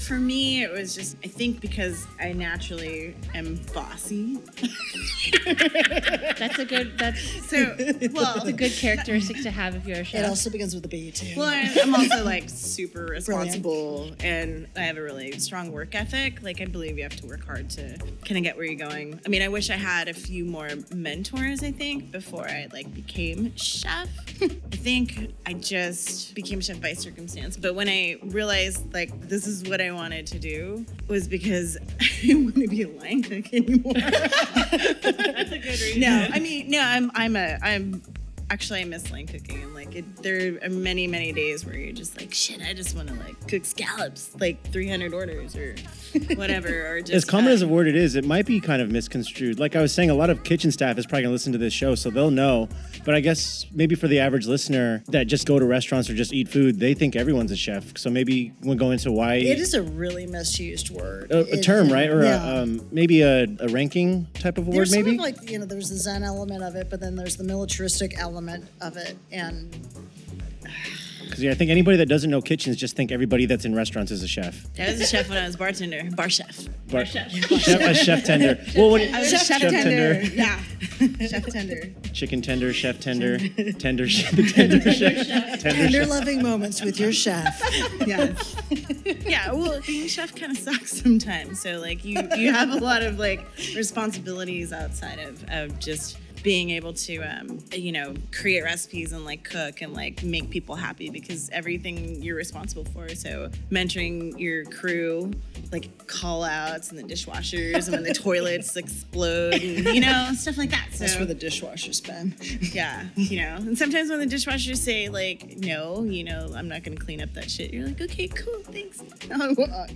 For me, it was just, I think because I naturally am bossy. That's a good. That's So, well, a good characteristic to have if you're a It chef. also begins with a B too. Well, I'm I'm also like super responsible and I have a really strong work ethic. Like, I believe you have to work hard to kind of get where you're going. I mean, I wish I had a few more mentors, I think, before I like became chef. I think I just became chef by circumstance. But when I realized like this is what I wanted to do was because [LAUGHS] I didn't want to be a line cook anymore. That's a good reason. No, I mean, no, I'm, I'm a, I'm actually, I miss line cooking. And like, it, there are many, many days where you're just like, shit, I just want to like cook scallops, like 300 orders or whatever. Or [LAUGHS] just as common uh, as a word it is, it might be kind of misconstrued. Like I was saying, a lot of kitchen staff is probably going to listen to this show, so they'll know. But I guess maybe for the average listener that just go to restaurants or just eat food, they think everyone's a chef. So maybe we'll go into why it is a really misused word. a, a It- term, right? Or yeah. a, um, maybe a, a ranking type of award, There's maybe? sort of like you know, there's the Zen element of it, but then there's the militaristic element of it, and Because yeah, I think anybody that doesn't know kitchens just think everybody that's in restaurants is a chef. I was a chef when I was bartender, bar [LAUGHS] chef. Bar [LAUGHS] chef. a chef tender. well, when I was a chef, tender. Yeah. chef tender. Chicken tender, chef tender, tender, chef, tender chef, tender tender chef. loving moments with your chef. Yeah. yeah. Well, being a chef kind of sucks sometimes. So like you you have a lot of like responsibilities outside of of just being able to um, you know create recipes and like cook and like make people happy because everything you're responsible for so mentoring your crew like call outs and the dishwashers and when the [LAUGHS] toilets explode and you know stuff like that so That's where the [LAUGHS] dishwasher's been. yeah, you know. And sometimes when the dishwashers say like, "No, you know, I'm not going to clean up that shit," you're like, "Okay, cool, thanks."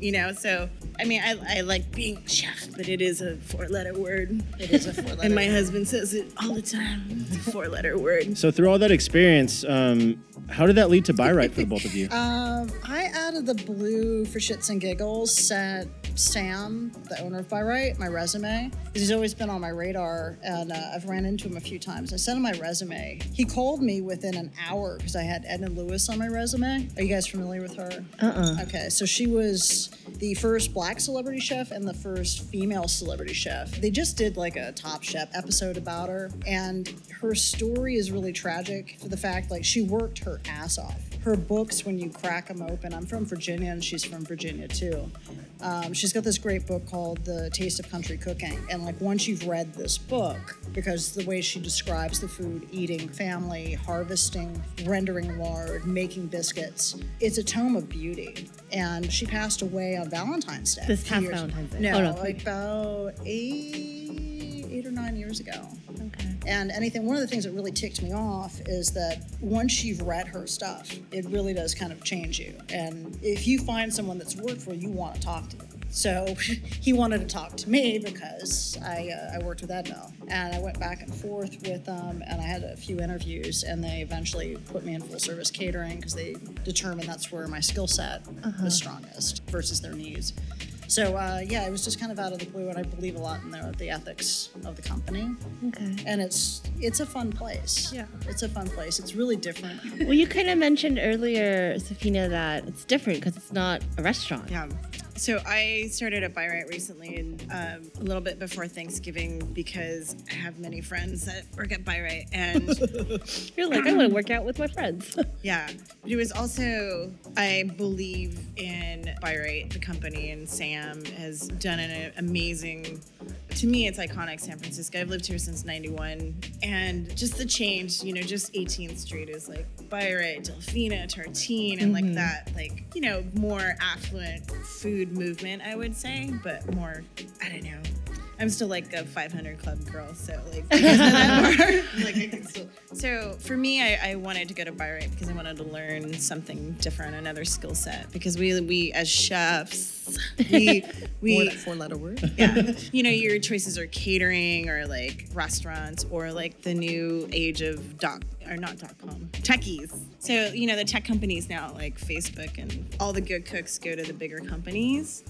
you know. So I mean, I, I like being chef, but it is a four-letter word, It is a four-letter. and my husband says it all the time. It's a four-letter word. So through all that experience, um, how did that lead to buy right for the both of you? Um, I out of the blue for shits and giggles sent Sam, the owner of By Right, my resume. He's always been on my radar, and uh, I've ran into him a few times. I sent him my resume. He called me within an hour because I had Edna Lewis on my resume. Are you guys familiar with her? Uh-uh. Okay, so she was the first black celebrity chef and the first female celebrity chef. They just did like a Top Chef episode about her, and her story is really tragic for the fact like she worked her ass off her books when you crack them open. I'm from Virginia and she's from Virginia too. Um, she's got this great book called The Taste of Country Cooking. And like once you've read this book, because the way she describes the food, eating, family, harvesting, rendering lard, making biscuits, it's a tome of beauty. And she passed away on Valentine's Day. This a few past years- Valentine's Day. No, Oh, no. like about eight, eight or nine years ago. Okay. And anything, one of the things that really ticked me off is that once you've read her stuff, it really does kind of change you. And if you find someone that's worked for you, you want to talk to them. So [LAUGHS] he wanted to talk to me because I, uh, I worked with Edno. And I went back and forth with them, and I had a few interviews, and they eventually put me in full service catering because they determined that's where my skill set was strongest versus their needs. So uh, yeah, it was just kind of out of the blue, and I believe a lot in the, the ethics of the company Okay. and it's it's a fun place. Yeah. it's a fun place. It's really different. Well, you kind of mentioned earlier, Safina, that it's different because it's not a restaurant. Yeah. So I started at By Right recently, and um, a little bit before Thanksgiving, because I have many friends that work at By Right, [LAUGHS] and You're like, I want to work out with my [LAUGHS] friends. Yeah. But it was also, I believe in Byrate, the company, and Sam has done an amazing, to me, it's iconic San Francisco. I've lived here since 91. And just the change, you know, just 18th Street is like Byrate, Delphina, Tartine, and like that, like, you know, more affluent food movement, I would say, but more, I don't know. I'm still like a 500 club girl, so like, [LAUGHS] because of that bar, [LAUGHS] like I can still so for me, I, I wanted to go to Bayreuth because I wanted to learn something different, another skill set. Because we we as chefs, [LAUGHS] we we letter word. [LAUGHS] yeah, you know your choices are catering or like restaurants or like the new age of doc or not dot com techies. So you know the tech companies now like Facebook and all the good cooks go to the bigger companies.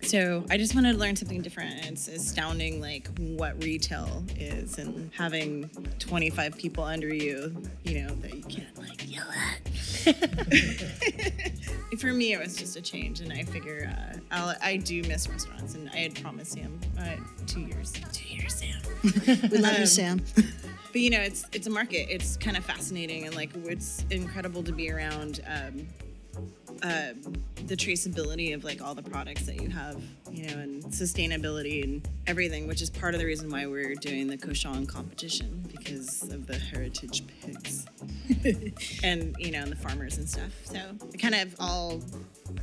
So I just wanted to learn something different. And It's astounding, like what retail is, and having 25 people under you, you know, that you can't like yell at. [LAUGHS] for me, it was just a change, and I figure uh, I'll, I do miss restaurants, and I had promised Sam uh, two years, two years, Sam. [LAUGHS] We love Um, you, Sam. But you know, it's it's a market. It's kind of fascinating, and like it's incredible to be around. Um, uh, the traceability of like all the products that you have, you know, and sustainability and everything, which is part of the reason why we're doing the Koshong competition because of the heritage pigs and you know, and the farmers and stuff. So it kind of all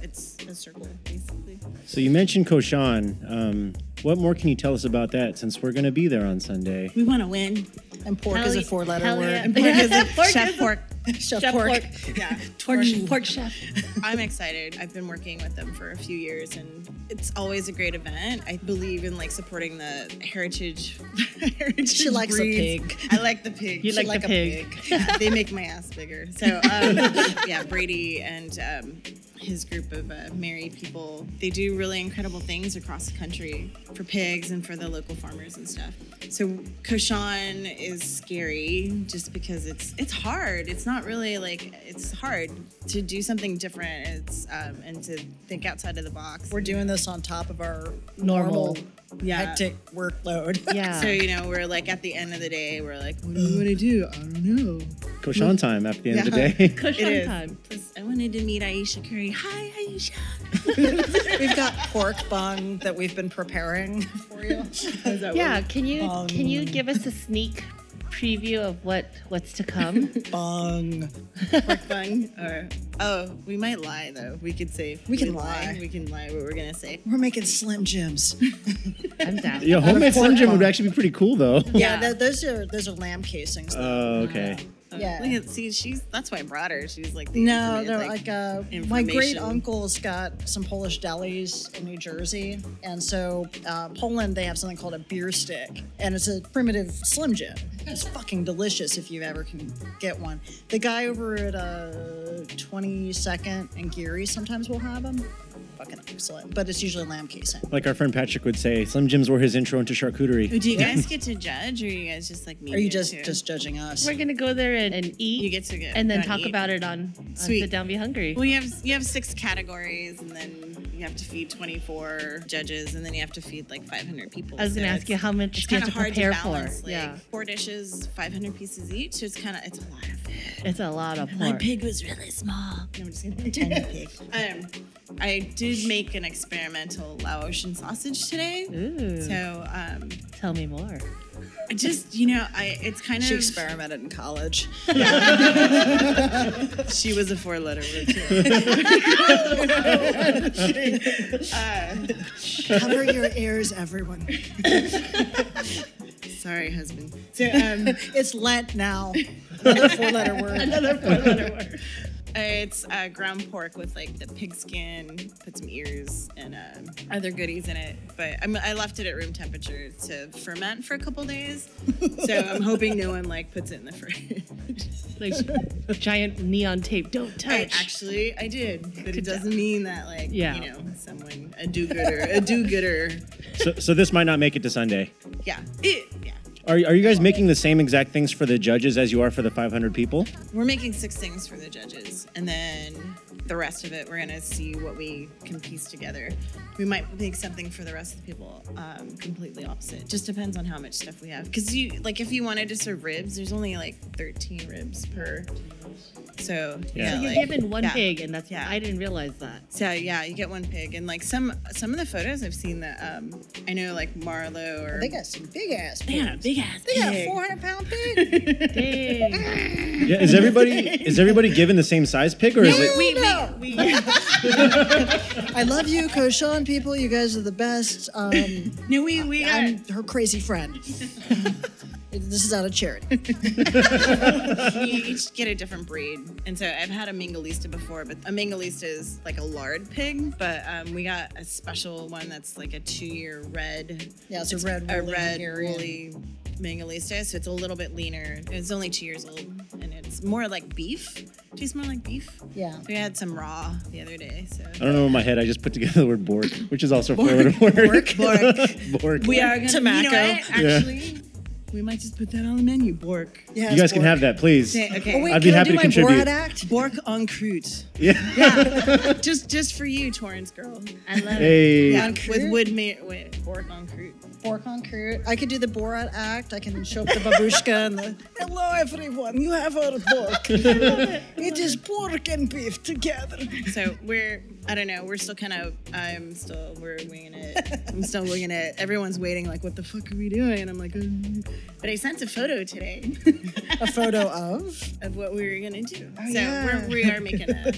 it's a circle basically. So you mentioned Koshan. Um, what more can you tell us about that since we're going to be there on Sunday? Mm-hmm. We want to win. And pork Hell is a ye- four-letter hell word. yeah. And Pork is [LAUGHS] a- Pork chef is a- pork. Chef, Chef pork. pork. Yeah. [LAUGHS] Pork, pork chef. I'm excited. I've been working with them for a few years and it's always a great event. I believe in like supporting the heritage. [LAUGHS] heritage She likes a breeds. pig. I like the pig. You She like the a pig. pig. [LAUGHS] they make my ass bigger. So um, yeah, Brady and um, his group of uh, married people, they do really incredible things across the country for pigs and for the local farmers and stuff. So Koshan is scary just because it's it's hard. It's not really like it's hard to do something different. It's um, and to think outside of the box. We're doing this on top of our normal, Yeah. hectic workload. [LAUGHS] Yeah. so you know we're like at the end of the day we're like what do you want to do? I don't know. Koshan time at the end of the Yeah. day. [LAUGHS] Kush It on is. time. Plus, I wanted to meet Aisha Curry. Hi Aisha. We've [LAUGHS] got pork bung that we've been preparing for [LAUGHS] you. Yeah, can you can you Um, give us a sneak preview of what what's to [LAUGHS] come? Bung. pork bun or oh we might lie though we could say We can we'd lie. we can lie what we're gonna say We're making Slim Jims. I'm down. Yo, homemade pork Slim Jim would bun. actually be pretty cool though. Yeah, th- those are those are lamb casings. Oh, though. okay. Oh, Yeah. look at see she's that's why I brought her she's like the no, ultimate, they're like- like, uh, my great information. uncle's got some Polish delis in New Jersey, and so uh, Poland they have something called a beer stick, and it's a primitive Slim Jim. It's fucking delicious if you ever can get one. The guy over at uh, 22nd and Geary sometimes will have them. Fucking excellent, but it's usually lamb casing. Like our friend Patrick would say, Slim Jims were his intro into Oh, charcuterie. do you guys get to judge or you guys just like meet Are you here, just too? just judging us? We're gonna go there and, and eat. You get to go- and then go and talk eat. about it on, on Sweet. Sit Down Be Hungry. well you have you have six categories and then you have to feed 24 judges and then you have to feed like 500 people I was gonna So ask you it's- how much it's do you have kind of to hard prepare to balance for? like yeah, four dishes 500 pieces each it's kind of it's a lot of food it's a lot of My pork. pig was really small. No, I'm just kidding. Tiny [LAUGHS] pig. Um, I did make an experimental Laotian sausage today. Ooh, So, um, tell me more. I just you know, I it's kind she of experimented in college. [LAUGHS] she was a four letter word too. Cover your ears, everyone. Sorry, husband. So um, [LAUGHS] It's [LAUGHS] Lent now. Another four-letter word. it's uh, ground pork with like the pig skin, put some ears and um, other goodies in it. But I'm, I left it at room temperature to ferment for a couple days. So I'm hoping no one like puts it in the fridge. Like [LAUGHS] giant neon tape. Don't touch. I actually I did, but it doesn't mean that like Yeah. you know someone a do-gooder a do-gooder. So, so this might not make it to Sunday. Yeah, Eh. it, yeah. Are, are you guys making the same exact things for the judges as you are for the 500 people? We're making six things for the judges, and then the rest of it we're gonna see what we can piece together. We might make something for the rest of the people um, completely opposite. Just depends on how much stuff we have. Cause you like if you wanted to serve ribs, there's only like 13 ribs per. So Yeah. yeah, You're like- given one yeah. pig, and that's Yeah. I didn't realize that. So yeah, you get one pig, and like some some of the photos I've seen that um I know like Marlo or They got some big ass. They got a big ass They got a 400 pound [LAUGHS] pig. Dang. Yeah, is everybody is everybody given the same size pig or is it We, No. [LAUGHS] we, we, I love you, Koshan people. You guys are the best. Um, no, we, we got. [LAUGHS] I'm her [LAUGHS] crazy friend. this is out of charity. we each get a different breed, and so I've had a Mingolista before, but a Mingolista is like a lard pig, but um, we got a special one that's like a two-year red, Yeah, it's a red, a woolly red Hungarian. woolly Mingolista, so it's a little bit leaner. It's only two years old, and it's more like beef. Tastes more like beef. Yeah. We had some raw the other day, so. I don't know in my head. I just put together the word bork, which is also a four-letter word. [LAUGHS] Bork. Bork. We are gonna Tobacco. You know what? Actually, We might just put that on the menu. Bork. Yes, You guys can Bork. have that, please. Okay. okay. Oh, wait, I'd be can happy I do to my contribute. Borat act? Bork on Crute. Yeah. just just for you, Torrance girl. I love it. Hey. Yeah. On- with wood ma- with Bork on Crute. Bork on crew. I could do the Borat act. I can show up the babushka and the hello everyone. You have our [LAUGHS] Bork. it is Bork and beef together. So we're I don't know. We're still kind of I'm still we're winging [LAUGHS] it. I'm still winging it. Everyone's waiting like what the fuck are we doing? And I'm like, "Um." but I sent a photo today [LAUGHS] A photo of of what we were gonna do. so Oh, yeah. we're, we are making [LAUGHS] a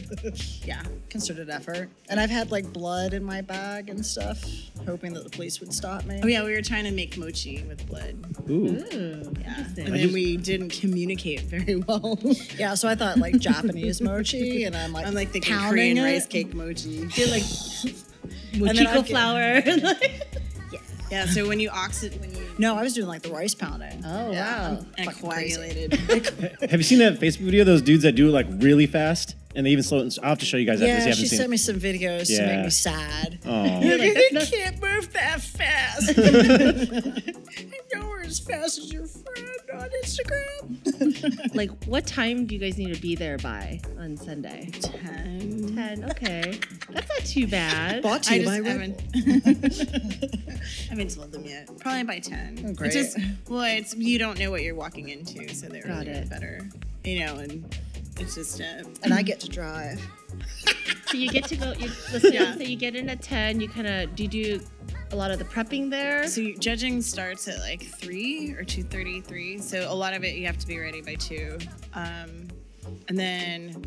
yeah. concerted effort, and I've had like blood in my bag and stuff, hoping that the police would stop me. Oh yeah, we were trying to make mochi with blood. Ooh. Yeah. And then we didn't communicate very well. [LAUGHS] Yeah, so I thought like Japanese mochi, and I'm like, I'm like thinking pounding Korean it. rice cake mochi. You're like And then I'd mochiko get- flour. Yeah, so when you oxid when you No, I was doing like the rice pounding. Oh, wow. and Fucking crazy. coagulated. Have you seen that Facebook video of those dudes that do it like really fast and they even slow it? I'll have to show you guys after this. You Yeah, haven't she seen sent it. me some videos to Yeah. Oh. make me sad. Aw. you can't move that fast. you know her as fast as your friend on Instagram. like, what time do you guys need to be there by on Sunday? And- 10. Okay. That's not too bad. Bought to I you just by Red haven't, [LAUGHS] haven't told them yet. Probably by ten. Oh, great. It's just well, it's you don't know what you're walking into, so they're Got really it. better. You know, and it's just uh, and I get to drive. So you get to go, you listen, Yeah. so you get in at 10. You kind of, do you do a lot of the prepping there? so you, judging starts at like three or two thirty three. So a lot of it you have to be ready by two, um, and then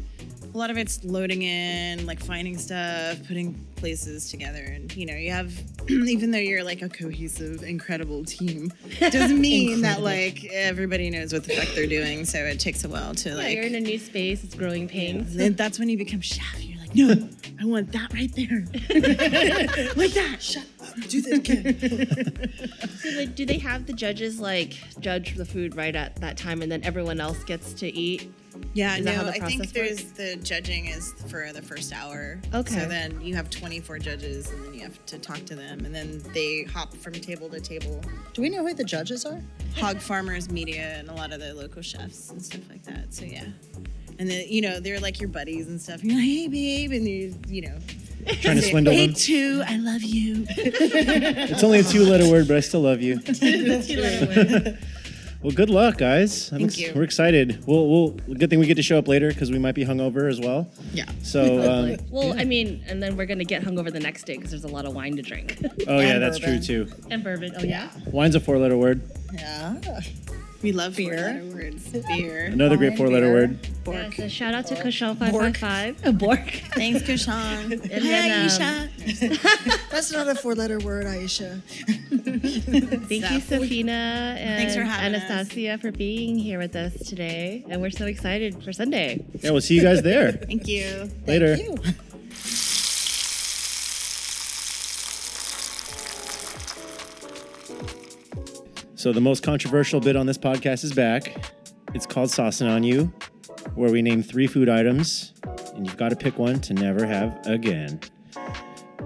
a lot of it's loading in, like finding stuff, putting places together, and you know you have [CLEARS THROAT] even though you're like a cohesive, incredible team, [LAUGHS] doesn't mean that like everybody knows what the fuck they're doing. So it takes a while to yeah, like. you're in a new space, it's growing pains. and that's when you become chef. You're like, no, I want that right there, [LAUGHS] like that. Shut Do that again. So the, do they have the judges like judge the food right at that time and then everyone else gets to eat? Yeah, Is no, that how the I process think there's the judging is for the first hour. Okay. So then you have 24 judges, and then you have to talk to them, and then they hop from table to table. Do we know who the judges are? Hog farmers, media, and a lot of the local chefs and stuff like that. So yeah, and then you know they're like your buddies and stuff. You're like, hey babe, and you you know, Trying to swindle hey them. two, I love you. [LAUGHS] It's only a two letter word, but I still love you. Well, good luck, guys. I'm Thank you. We're excited. We'll, we'll, good thing we get to show up later because we might be hungover as well. Yeah. So, um, well, I mean, and then we're gonna get hungover the next day because there's a lot of wine to drink oh yeah, And that's true bourbon. too. and bourbon. Oh yeah. Wine's a four letter word. Yeah. We love Beer. four-letter words. Beer. Another great Wine, four letter beer. word. yeah Bork. so shout out to Koshan five five five. A Bork. Thanks, [LAUGHS] Kishan. And then, um, That's not a four letter word, Aisha. Thank you, Safina and Thanks for having us. Anastasia for being here with us today. And we're so excited for Sunday. Yeah, we'll see you guys there [LAUGHS] Thank you. later. You. So the most controversial bit on this podcast is back. It's called Saucing on You, where we name three food items, and you've got to pick one to never have again.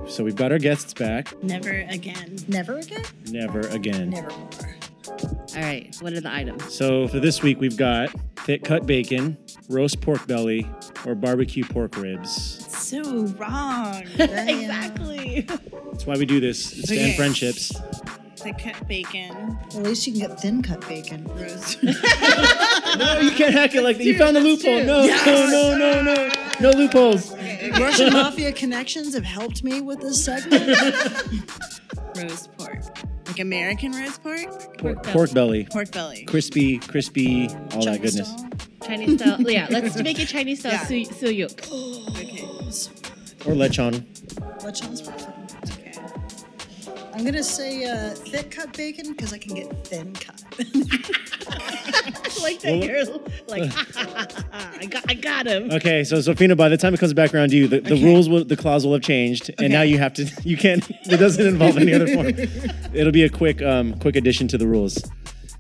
So we've got our guests back. Never again. Never again? Never again. Never more. All right. What are the items? So for this week, we've got thick cut bacon, roast pork belly, or barbecue pork ribs. So wrong. Exactly. That's why we do this. It's to end Okay. friendships. the cut bacon At least you can get thin cut [LAUGHS] bacon. roast. No, you can't hack it like that. You found the loophole. No, no, no, no, no. No loopholes. Russian mafia connections have helped me with this segment. roast pork. Like American roast Pork, pork? belly. pork belly. Pork belly. Crispy, crispy, all that Oh goodness. Chinese style. [LAUGHS] Yeah, let's make it Chinese style Yeah. su- suyuk. Okay. Or lechon. What sounds perfect? Okay. I'm gonna say uh, thick cut bacon because I can get thin cut. [LAUGHS] like that Well, [LAUGHS] you're like [LAUGHS] I got I got him. Okay, so Sophina, by the time it comes back around to you, the, the rules, will, the clause will have changed, and now you have to. [LAUGHS] You can't. It doesn't involve any other form. It'll be a quick, um, quick addition to the rules.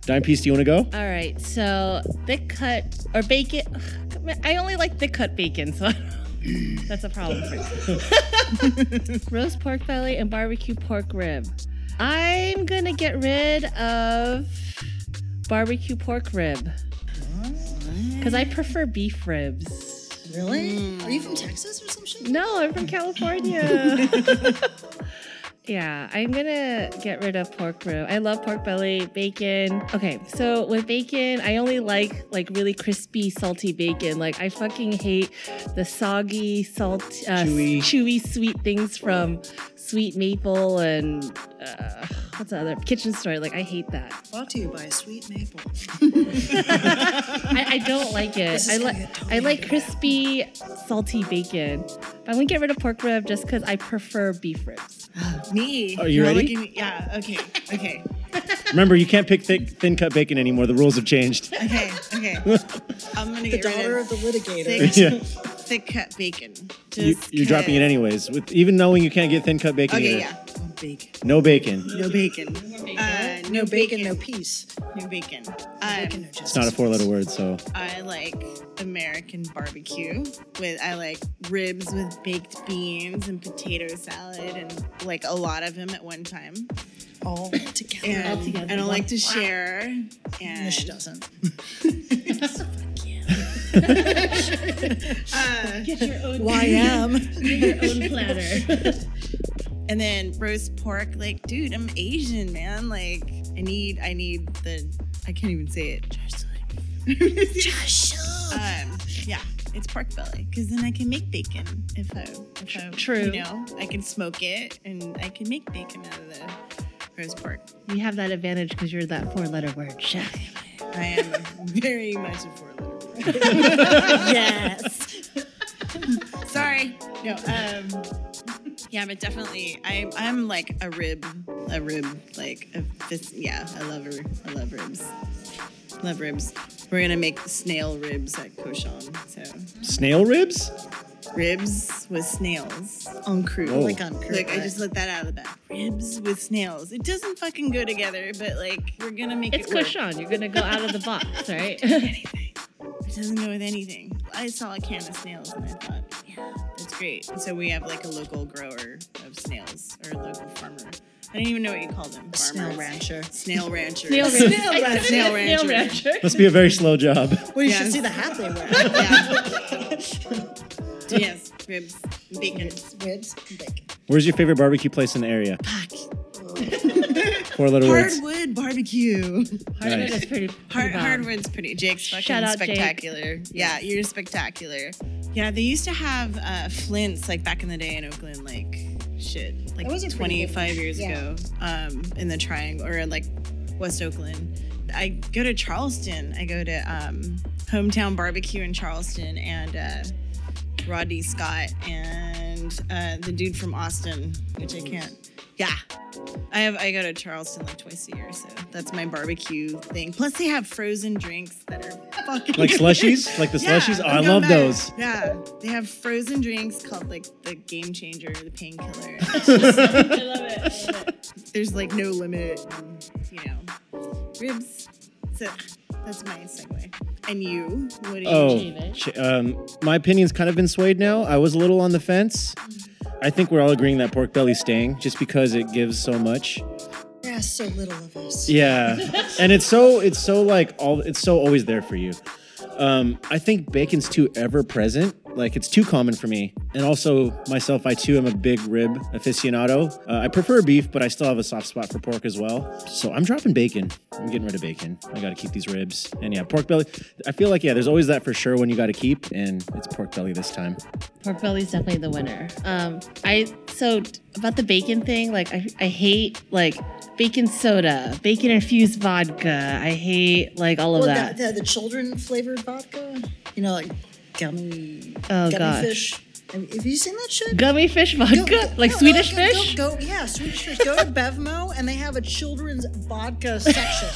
Dime piece, do you want to go? All right, so thick cut or bacon. [SIGHS] I only like thick cut bacon, so [LAUGHS] that's a problem [LAUGHS] for me. Roast pork belly and barbecue pork rib. I'm gonna get rid of Barbecue pork rib. Because I prefer beef ribs. [LAUGHS] Really? Are you from Texas or some shit? No, I'm from [LAUGHS] California. yeah, I'm gonna get rid of pork rib. I love pork belly, bacon. Okay, so with bacon, I only like like really crispy, salty bacon. Like I fucking hate the soggy, salt, uh, Chewy. chewy. sweet things from Sweet Maple and uh, what's the other kitchen store? Like I hate that. Brought to you by Sweet Maple. I, I don't like it. This I is like gonna get I totally like bad. crispy, salty bacon. But I'm gonna get rid of pork rib just because I prefer beef ribs. Me. Are you You're ready? looking at me- yeah. Okay. Okay. Remember, you can't pick thick, thin cut bacon anymore. The rules have changed. Okay. Okay. I'm gonna The get daughter rid of of the litigator. thick, yeah, thick cut bacon. you, Just you're dropping it 'cause- anyways, with even knowing you can't get thin cut bacon. Okay. either. Yeah. Oh, bacon. No bacon. No bacon. Uh, no, No bacon, bacon. no peace. No bacon. Bacon, Um, no It's not a four letter word, so I like American barbecue with I like ribs with baked beans and potato salad and like a lot of them at one time. All together. And together, I don't like to wow. share. No, she And doesn't. uh, Get your own YM. get your own platter. and then roast pork. Like, dude, I'm Asian, man. Like, I need I need the I can't even say it. [LAUGHS] Um, yeah, it's pork belly because then I can make bacon if I, if I True. You know, I can smoke it and I can make bacon out of the roast pork. you have that advantage because you're that four letter word chef. I am very much a four letter word. yes. Sorry. No. Um. Yeah, but definitely, I'm I'm like a rib, a rib, like a fist. Yeah, I love her. I love ribs. Love ribs. We're gonna make snail ribs at Koshan. So snail ribs. ribs with snails on cruise. Whoa. Oh. Like on Look, I just looked that out of the back. Ribs with snails. It doesn't fucking go together, but like we're gonna make It's it work. Kushan. You're gonna go out of the [LAUGHS] box, right? Anything. It doesn't go with anything. I saw a can of snails and I thought, yeah, that's great. And so we have like a local grower of snails or a local farmer. I don't even know what you call them. Farmer Snail rancher. Snail rancher. [LAUGHS] Snail rancher. Snail rancher. Snail rancher. Must be a very slow job. Well, you Yes. should see the hat they wear. [LAUGHS] Yeah. [LAUGHS] yes. Ribs. Bacon. Ribs and bacon. Where's your favorite barbecue place in the area? [LAUGHS] Four letter words. Hardwood barbecue. Hardwood Nice. is pretty. Hard, pretty bomb. hardwood's pretty. Jake's fucking Shout out, Jake. spectacular. Yeah, you're spectacular. Yeah, they used to have uh, flints like back in the day in Oakland, like shit, like That was a pretty good 25 one. years Yeah. ago, um, in the Triangle or like West Oakland. I go to Charleston. I go to um, hometown barbecue in Charleston, and uh, Rodney Scott and uh, the dude from Austin, which I can't. Yeah, I have I go to Charleston like twice a year, so that's my barbecue thing. Plus they have frozen drinks that are fucking Like slushies? Like the [LAUGHS] Yeah, slushies? Oh, I'm I going love back. those. Yeah, they have frozen drinks called like the game changer, [LAUGHS] the painkiller. [LAUGHS] I love it. I love it. There's like no limit, and, you know, ribs. So that's my segue. And you, what do you? Oh, David. ch- um, my opinion's kind of been swayed now. I was a little on the fence. I think we're all agreeing that pork belly's staying just because it gives so much. There are so little of [LAUGHS] us. Yeah, and it's so it's so like all it's so always there for you. Um, I think bacon's too ever present. Like it's too common for me, and also myself, I too am a big rib aficionado. Uh, I prefer beef, but I still have a soft spot for pork as well. So I'm dropping bacon. I'm getting rid of bacon. I got to keep these ribs, and yeah, pork belly. I feel like yeah, there's always that for sure when you got to keep, and it's pork belly this time. Pork belly's definitely the winner. Um, I so t- about the bacon thing. Like I, I hate like bacon soda, bacon infused vodka. I hate like all of Well, that. The, the, the children flavored vodka, you know, like gummy, Oh, gummy gosh. fish. Have, have you seen that shit? Gummy fish Go- vodka, go- like no, Swedish go- go- fish. Go, yeah, Swedish fish. Go to Bevmo and they have a children's vodka [LAUGHS] section.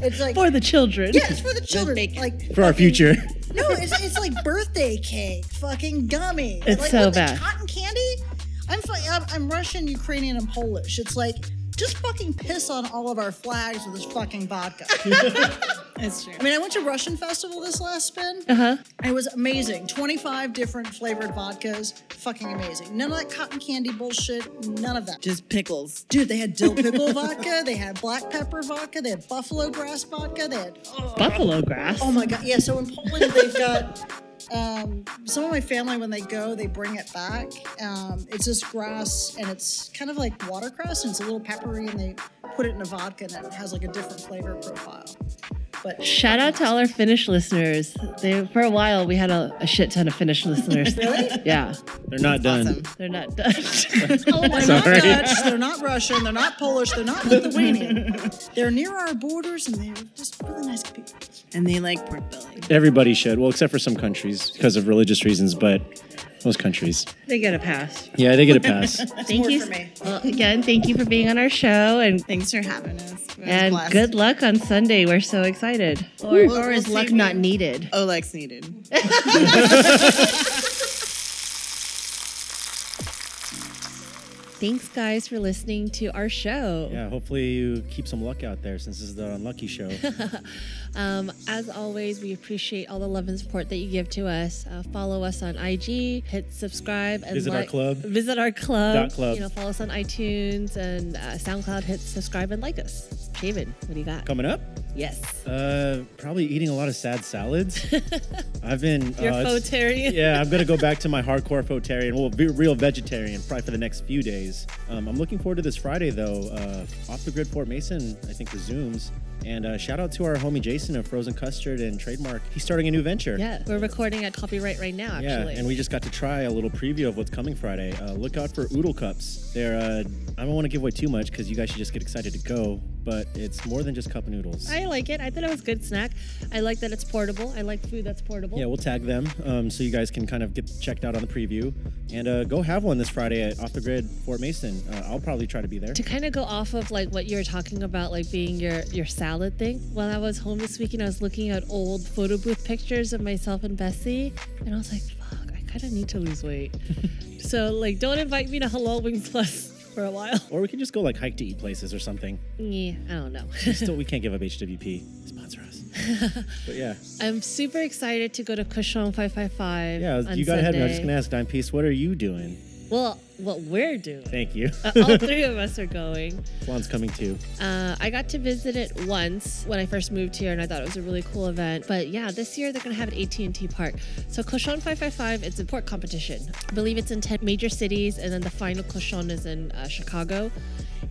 It's like for the children. yeah, it's for the children. bacon. Like For our future, [LAUGHS] no, it's, it's like birthday cake, fucking gummy. It's like, so with the bad. cotton candy. I'm, fu- I'm I'm Russian, Ukrainian, and [LAUGHS] Polish. It's like just fucking piss on all of our flags with this fucking vodka. That's true. I mean, I went to Russian Festival this last spin. Uh-huh. It was amazing. 25 different flavored vodkas. Fucking amazing. None of that cotton candy bullshit. None of that. Just pickles. Dude, they had [LAUGHS] dill pickle vodka. They had black pepper vodka. They had buffalo grass vodka. They had Buffalo grass. Oh my god! Yeah, so in Poland they've got um, some of my family when they go, they bring it back. Um, it's this grass, and it's kind of like watercress, and it's a little peppery, and they put it in a vodka, and it has like a different flavor profile. But Shout out to all our Finnish listeners. They, for a while, we had a, a shit ton of Finnish listeners. really? Yeah. They're not done. Awesome. They're not Dutch. Oh, they're Sorry. not Dutch, they're not Russian, they're not Polish, they're not Lithuanian. They're near our borders, and they're just really nice people. And they like pork belly. Everybody should. Well, except for some countries because of religious reasons, but most countries. [LAUGHS] they get a pass. Yeah, they get a pass. Thank more you. for me. Well, again, thank you for being on our show and Thanks for having us. It was a and blast. good luck on Sunday. We're so excited. Or, We'll- or is we'll luck see. not needed? Olex needed. Thanks, guys, for listening to our show. yeah, hopefully you keep some luck out there since this is the unlucky show. Um, as always, we appreciate all the love and support that you give to us. Uh, follow us on IG, hit subscribe, and Visit our like- club. Visit our club. Dot club. You know, follow us on iTunes and uh, SoundCloud. Hit subscribe and like us. David, what do you got? Coming up, [LAUGHS] Yes, uh, probably eating a lot of sad salads. I've been. you're uh, uh, it's- yeah, I'm gonna go back to my hardcore fotarian, well, be real vegetarian, probably for the next few days. Um, I'm looking forward to this Friday though. Uh, Off the grid, Fort Mason, I think resumes. And uh, shout out to our homie Jason of Frozen Custard and Trademark. He's starting a new venture. Yeah, we're recording at copyright right now. Actually, Yeah, and we just got to try a little preview of what's coming Friday. Uh, look out for Oodle Cups. They're uh, I don't want to give away too much because you guys should just get excited to go. But it's more than just cup noodles. I like it. I thought it was a good snack. I like that it's portable. I like food that's portable. Yeah, we'll tag them um, so you guys can kind of get checked out on the preview. And uh, go have one this Friday at Off the Grid Fort Mason. Uh, I'll probably try to be there. to kind of go off of like what you were talking about, like being your your salad thing. While I was home this weekend, I was looking at old photo booth pictures of myself and Bessie, and I was like, "Fuck, I kind of need to [LAUGHS] lose weight." so like, don't invite me to Halal Wings Plus [LAUGHS] for a while. Or we can just go like hike to eat places or something. Yeah, I don't know. [LAUGHS] Still, we can't give up HWP. Sponsor us. but yeah, I'm super excited to go to Cushon 555. yeah, on you got ahead. and I was just Sunday. gonna ask Dime Piece, what are you doing? Well, what we're doing. Thank you. Uh, all three of us are going. [LAUGHS] Juan's coming too. Uh, I got to visit it once when I first moved here, and I thought it was a really cool event. But yeah, this year they're going to have an AT&T Park. So Cochon 555, it's a port competition. I believe it's in 10 major cities, and then the final Cochon is in uh, Chicago.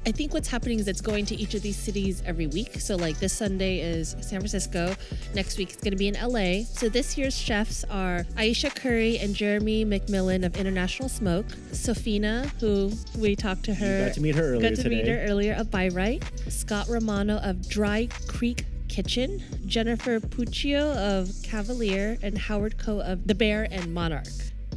I think what's happening is it's going to each of these cities every week. So like this Sunday is San Francisco. Next week it's going to be in LA. So this year's chefs are Aisha Curry and Jeremy McMillan of International Smoke, Sofina, who we talked to her. got to meet her earlier Got to today. meet her earlier of By Right, Scott Romano of Dry Creek Kitchen, Jennifer Puccio of Cavalier, and Howard Coe of The Bear and Monarch.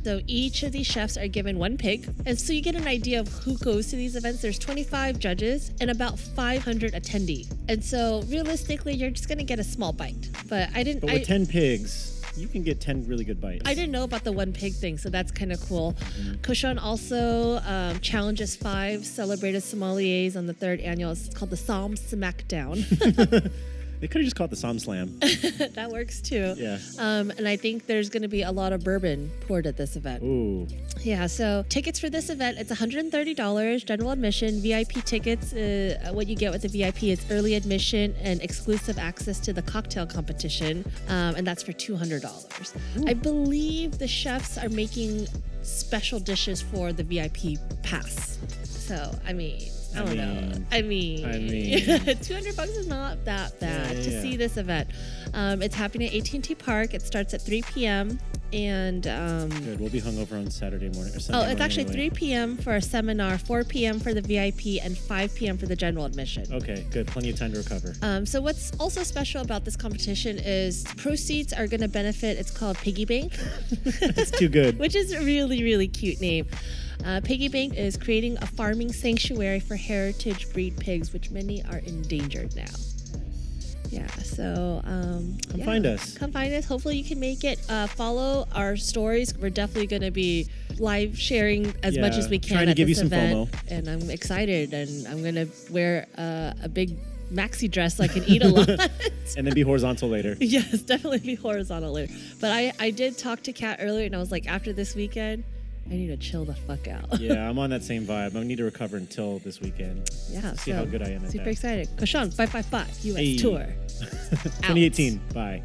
So each of these chefs are given one pig. And so you get an idea of who goes to these events. There's 25 judges and about 500 attendee. And so realistically, you're just going to get a small bite. But I didn't. But I, with ten pigs, you can get ten really good bites. I didn't know about the one pig thing, so that's kind of cool. Kushan also um, challenges five celebrated sommeliers on the third annual. It's called the Psalm Smackdown. [LAUGHS] They could have just called it the Psalm Slam. that works too. Yeah. Um, and I think there's going to be a lot of bourbon poured at this event. Ooh. Yeah, so tickets for this event it's $130 general admission. VIP tickets, uh, what you get with the VIP is early admission and exclusive access to the cocktail competition, um, and that's for $200. I believe the chefs are making special dishes for the VIP pass. So I mean, I, I don't know. mean- I mean, I mean- [LAUGHS] 200 bucks is not that bad Yeah, to yeah. see this event. Um, it's happening at AT&T Park. It starts at 3 p.m. and um, Good. We'll be hungover on Saturday morning or Sunday Oh, morning it's actually anyway. 3 p.m. for a seminar, 4 p.m. for the VIP, and 5 p.m. for the general admission. Okay, good. Plenty of time to recover. Um, so what's also special about this competition is proceeds are going to benefit. It's called Piggy Bank, [LAUGHS] It's too good. which is a really really cute name. Uh, Piggy Bank is creating a farming sanctuary for heritage breed pigs, which many are endangered now. Yeah, so um, Come yeah. find us. Come find us. Hopefully you can make it. Uh, follow our stories. We're definitely going to be live sharing as much Yeah, as we can. trying to at give you this some event. FOMO. And I'm excited, and I'm going to wear uh, a big maxi dress so I can [LAUGHS] eat a lot. and then be horizontal [LAUGHS] later. yes, definitely be horizontal later. But I, I did talk to Kat earlier and I was like, after this weekend, I need to chill the fuck out. Yeah, I'm on that same vibe. I need to recover until this weekend. [LAUGHS] Yeah. See so how good I am at Super that. excited. Koshan 555 US Hey. [LAUGHS] tour. 2018. Bye.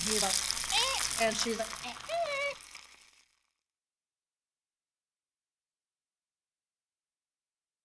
He was like, "Eh," and she's like,